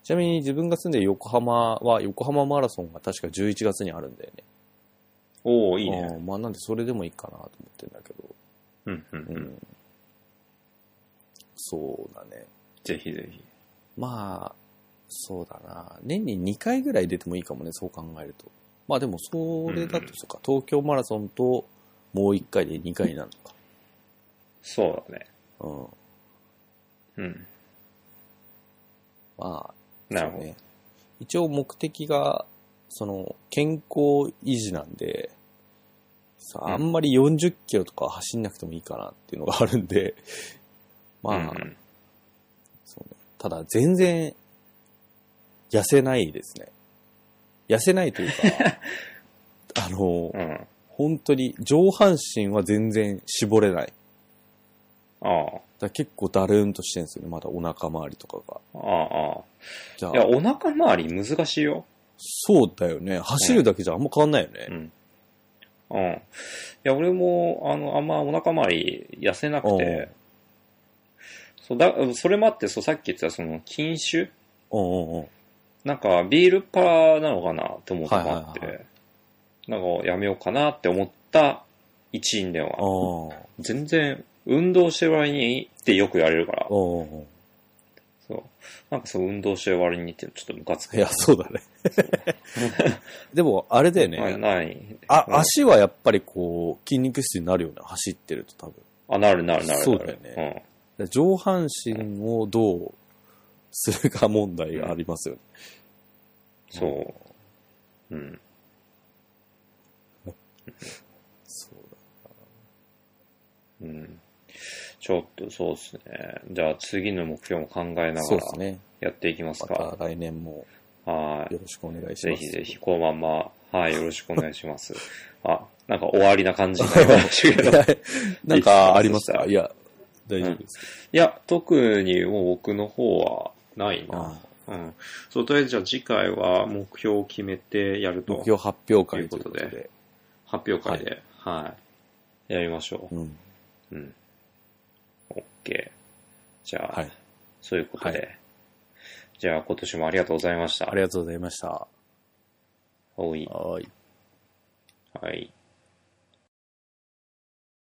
[SPEAKER 1] ちなみに自分が住んでる横浜は、横浜マラソンが確か11月にあるんだよね。
[SPEAKER 2] おおいい
[SPEAKER 1] あ
[SPEAKER 2] ね。
[SPEAKER 1] ーまあなんでそれでもいいかなと思ってんだけど。
[SPEAKER 2] うんうん
[SPEAKER 1] う。
[SPEAKER 2] うんん。
[SPEAKER 1] そうだね。
[SPEAKER 2] ぜひぜひ。
[SPEAKER 1] まあ、そうだな。年に2回ぐらい出てもいいかもね、そう考えると。まあでも、それだ
[SPEAKER 2] うん
[SPEAKER 1] と、そうか、東京マラソンともう1回で2回になるのか。
[SPEAKER 2] そうだね。
[SPEAKER 1] うん。
[SPEAKER 2] うん。
[SPEAKER 1] まあ、
[SPEAKER 2] なる
[SPEAKER 1] そ
[SPEAKER 2] ほ
[SPEAKER 1] う
[SPEAKER 2] ど。
[SPEAKER 1] ね。一応目的が、その、健康維持なんで、さ
[SPEAKER 2] うん
[SPEAKER 1] あんまり40キロとか走んなくてもいいかなっていうのがあるんで、まあ、
[SPEAKER 2] うん
[SPEAKER 1] そうね。ただ、全然、痩せないですね。痩せないという
[SPEAKER 2] [LAUGHS]
[SPEAKER 1] か、あの、
[SPEAKER 2] うん。うん
[SPEAKER 1] 本当に上半身は全然絞れない。だか
[SPEAKER 2] ああ。
[SPEAKER 1] ら結構だるんとしてるんですよね、まだお腹周りとかが。
[SPEAKER 2] ああ、あ
[SPEAKER 1] じゃ
[SPEAKER 2] あ。
[SPEAKER 1] あ
[SPEAKER 2] いや、、お腹周り難しいよ。
[SPEAKER 1] そうだよね。走るだけじゃあんま変わんないよね。
[SPEAKER 2] うん。うん。いや、俺も、あの、あんまお腹周り痩せなくて、そうだ、それもあって、そう、さっき言ってた、その、禁酒
[SPEAKER 1] うんうんうん。
[SPEAKER 2] なんか、ビールパラなのかなって思うともあって、
[SPEAKER 1] はいは
[SPEAKER 2] なんか、やめようかなって思った一因で
[SPEAKER 1] ああ
[SPEAKER 2] は、。全然、運動してる割にってよく言われるから、
[SPEAKER 1] うんうんうん。
[SPEAKER 2] そう。なんかそう、運動してる割にってちょっとムカつく。
[SPEAKER 1] いや、そうだ
[SPEAKER 2] [LAUGHS]
[SPEAKER 1] ね。でも、あれだよ
[SPEAKER 2] な
[SPEAKER 1] ね。
[SPEAKER 2] ない。
[SPEAKER 1] あ、
[SPEAKER 2] うん
[SPEAKER 1] 足はやっぱりこう、筋肉質になるよね。走ってると多分。だか
[SPEAKER 2] あ、なるなるなるなる。
[SPEAKER 1] そうだよねら上半身をどうするか問題がありますよね。
[SPEAKER 2] うん。そう。うん。
[SPEAKER 1] そう
[SPEAKER 2] うん。ちょっとそうですね。じゃあ次の目標も考え
[SPEAKER 1] だ。
[SPEAKER 2] な
[SPEAKER 1] そ
[SPEAKER 2] が
[SPEAKER 1] う
[SPEAKER 2] ら
[SPEAKER 1] ですね。
[SPEAKER 2] やっていきます
[SPEAKER 1] ま
[SPEAKER 2] か。
[SPEAKER 1] た来年も
[SPEAKER 2] はい。
[SPEAKER 1] よろしくお願いし
[SPEAKER 2] ぜ
[SPEAKER 1] ます。
[SPEAKER 2] ひぜひ、このまま、はい、よろしくお願いします。あ、なんか終わりな感じになりまし
[SPEAKER 1] [LAUGHS]
[SPEAKER 2] たけど。い
[SPEAKER 1] はいなんかありますかいや、大丈夫です。
[SPEAKER 2] や、特にもう僕の方はないな。
[SPEAKER 1] あ
[SPEAKER 2] うん。そう、とりあえずじゃあ次回は目標を決めてやる
[SPEAKER 1] 目
[SPEAKER 2] と、
[SPEAKER 1] 標発表会ということ
[SPEAKER 2] ということ
[SPEAKER 1] で。
[SPEAKER 2] 発表会で、はい、やりましょ
[SPEAKER 1] うん。
[SPEAKER 2] う。うん。OK。じゃあ、
[SPEAKER 1] はい。
[SPEAKER 2] そういうことで。
[SPEAKER 1] は
[SPEAKER 2] じゃあ今年もありがとうございました。
[SPEAKER 1] ありがとうございました。
[SPEAKER 2] おい。
[SPEAKER 1] はい。
[SPEAKER 2] はい。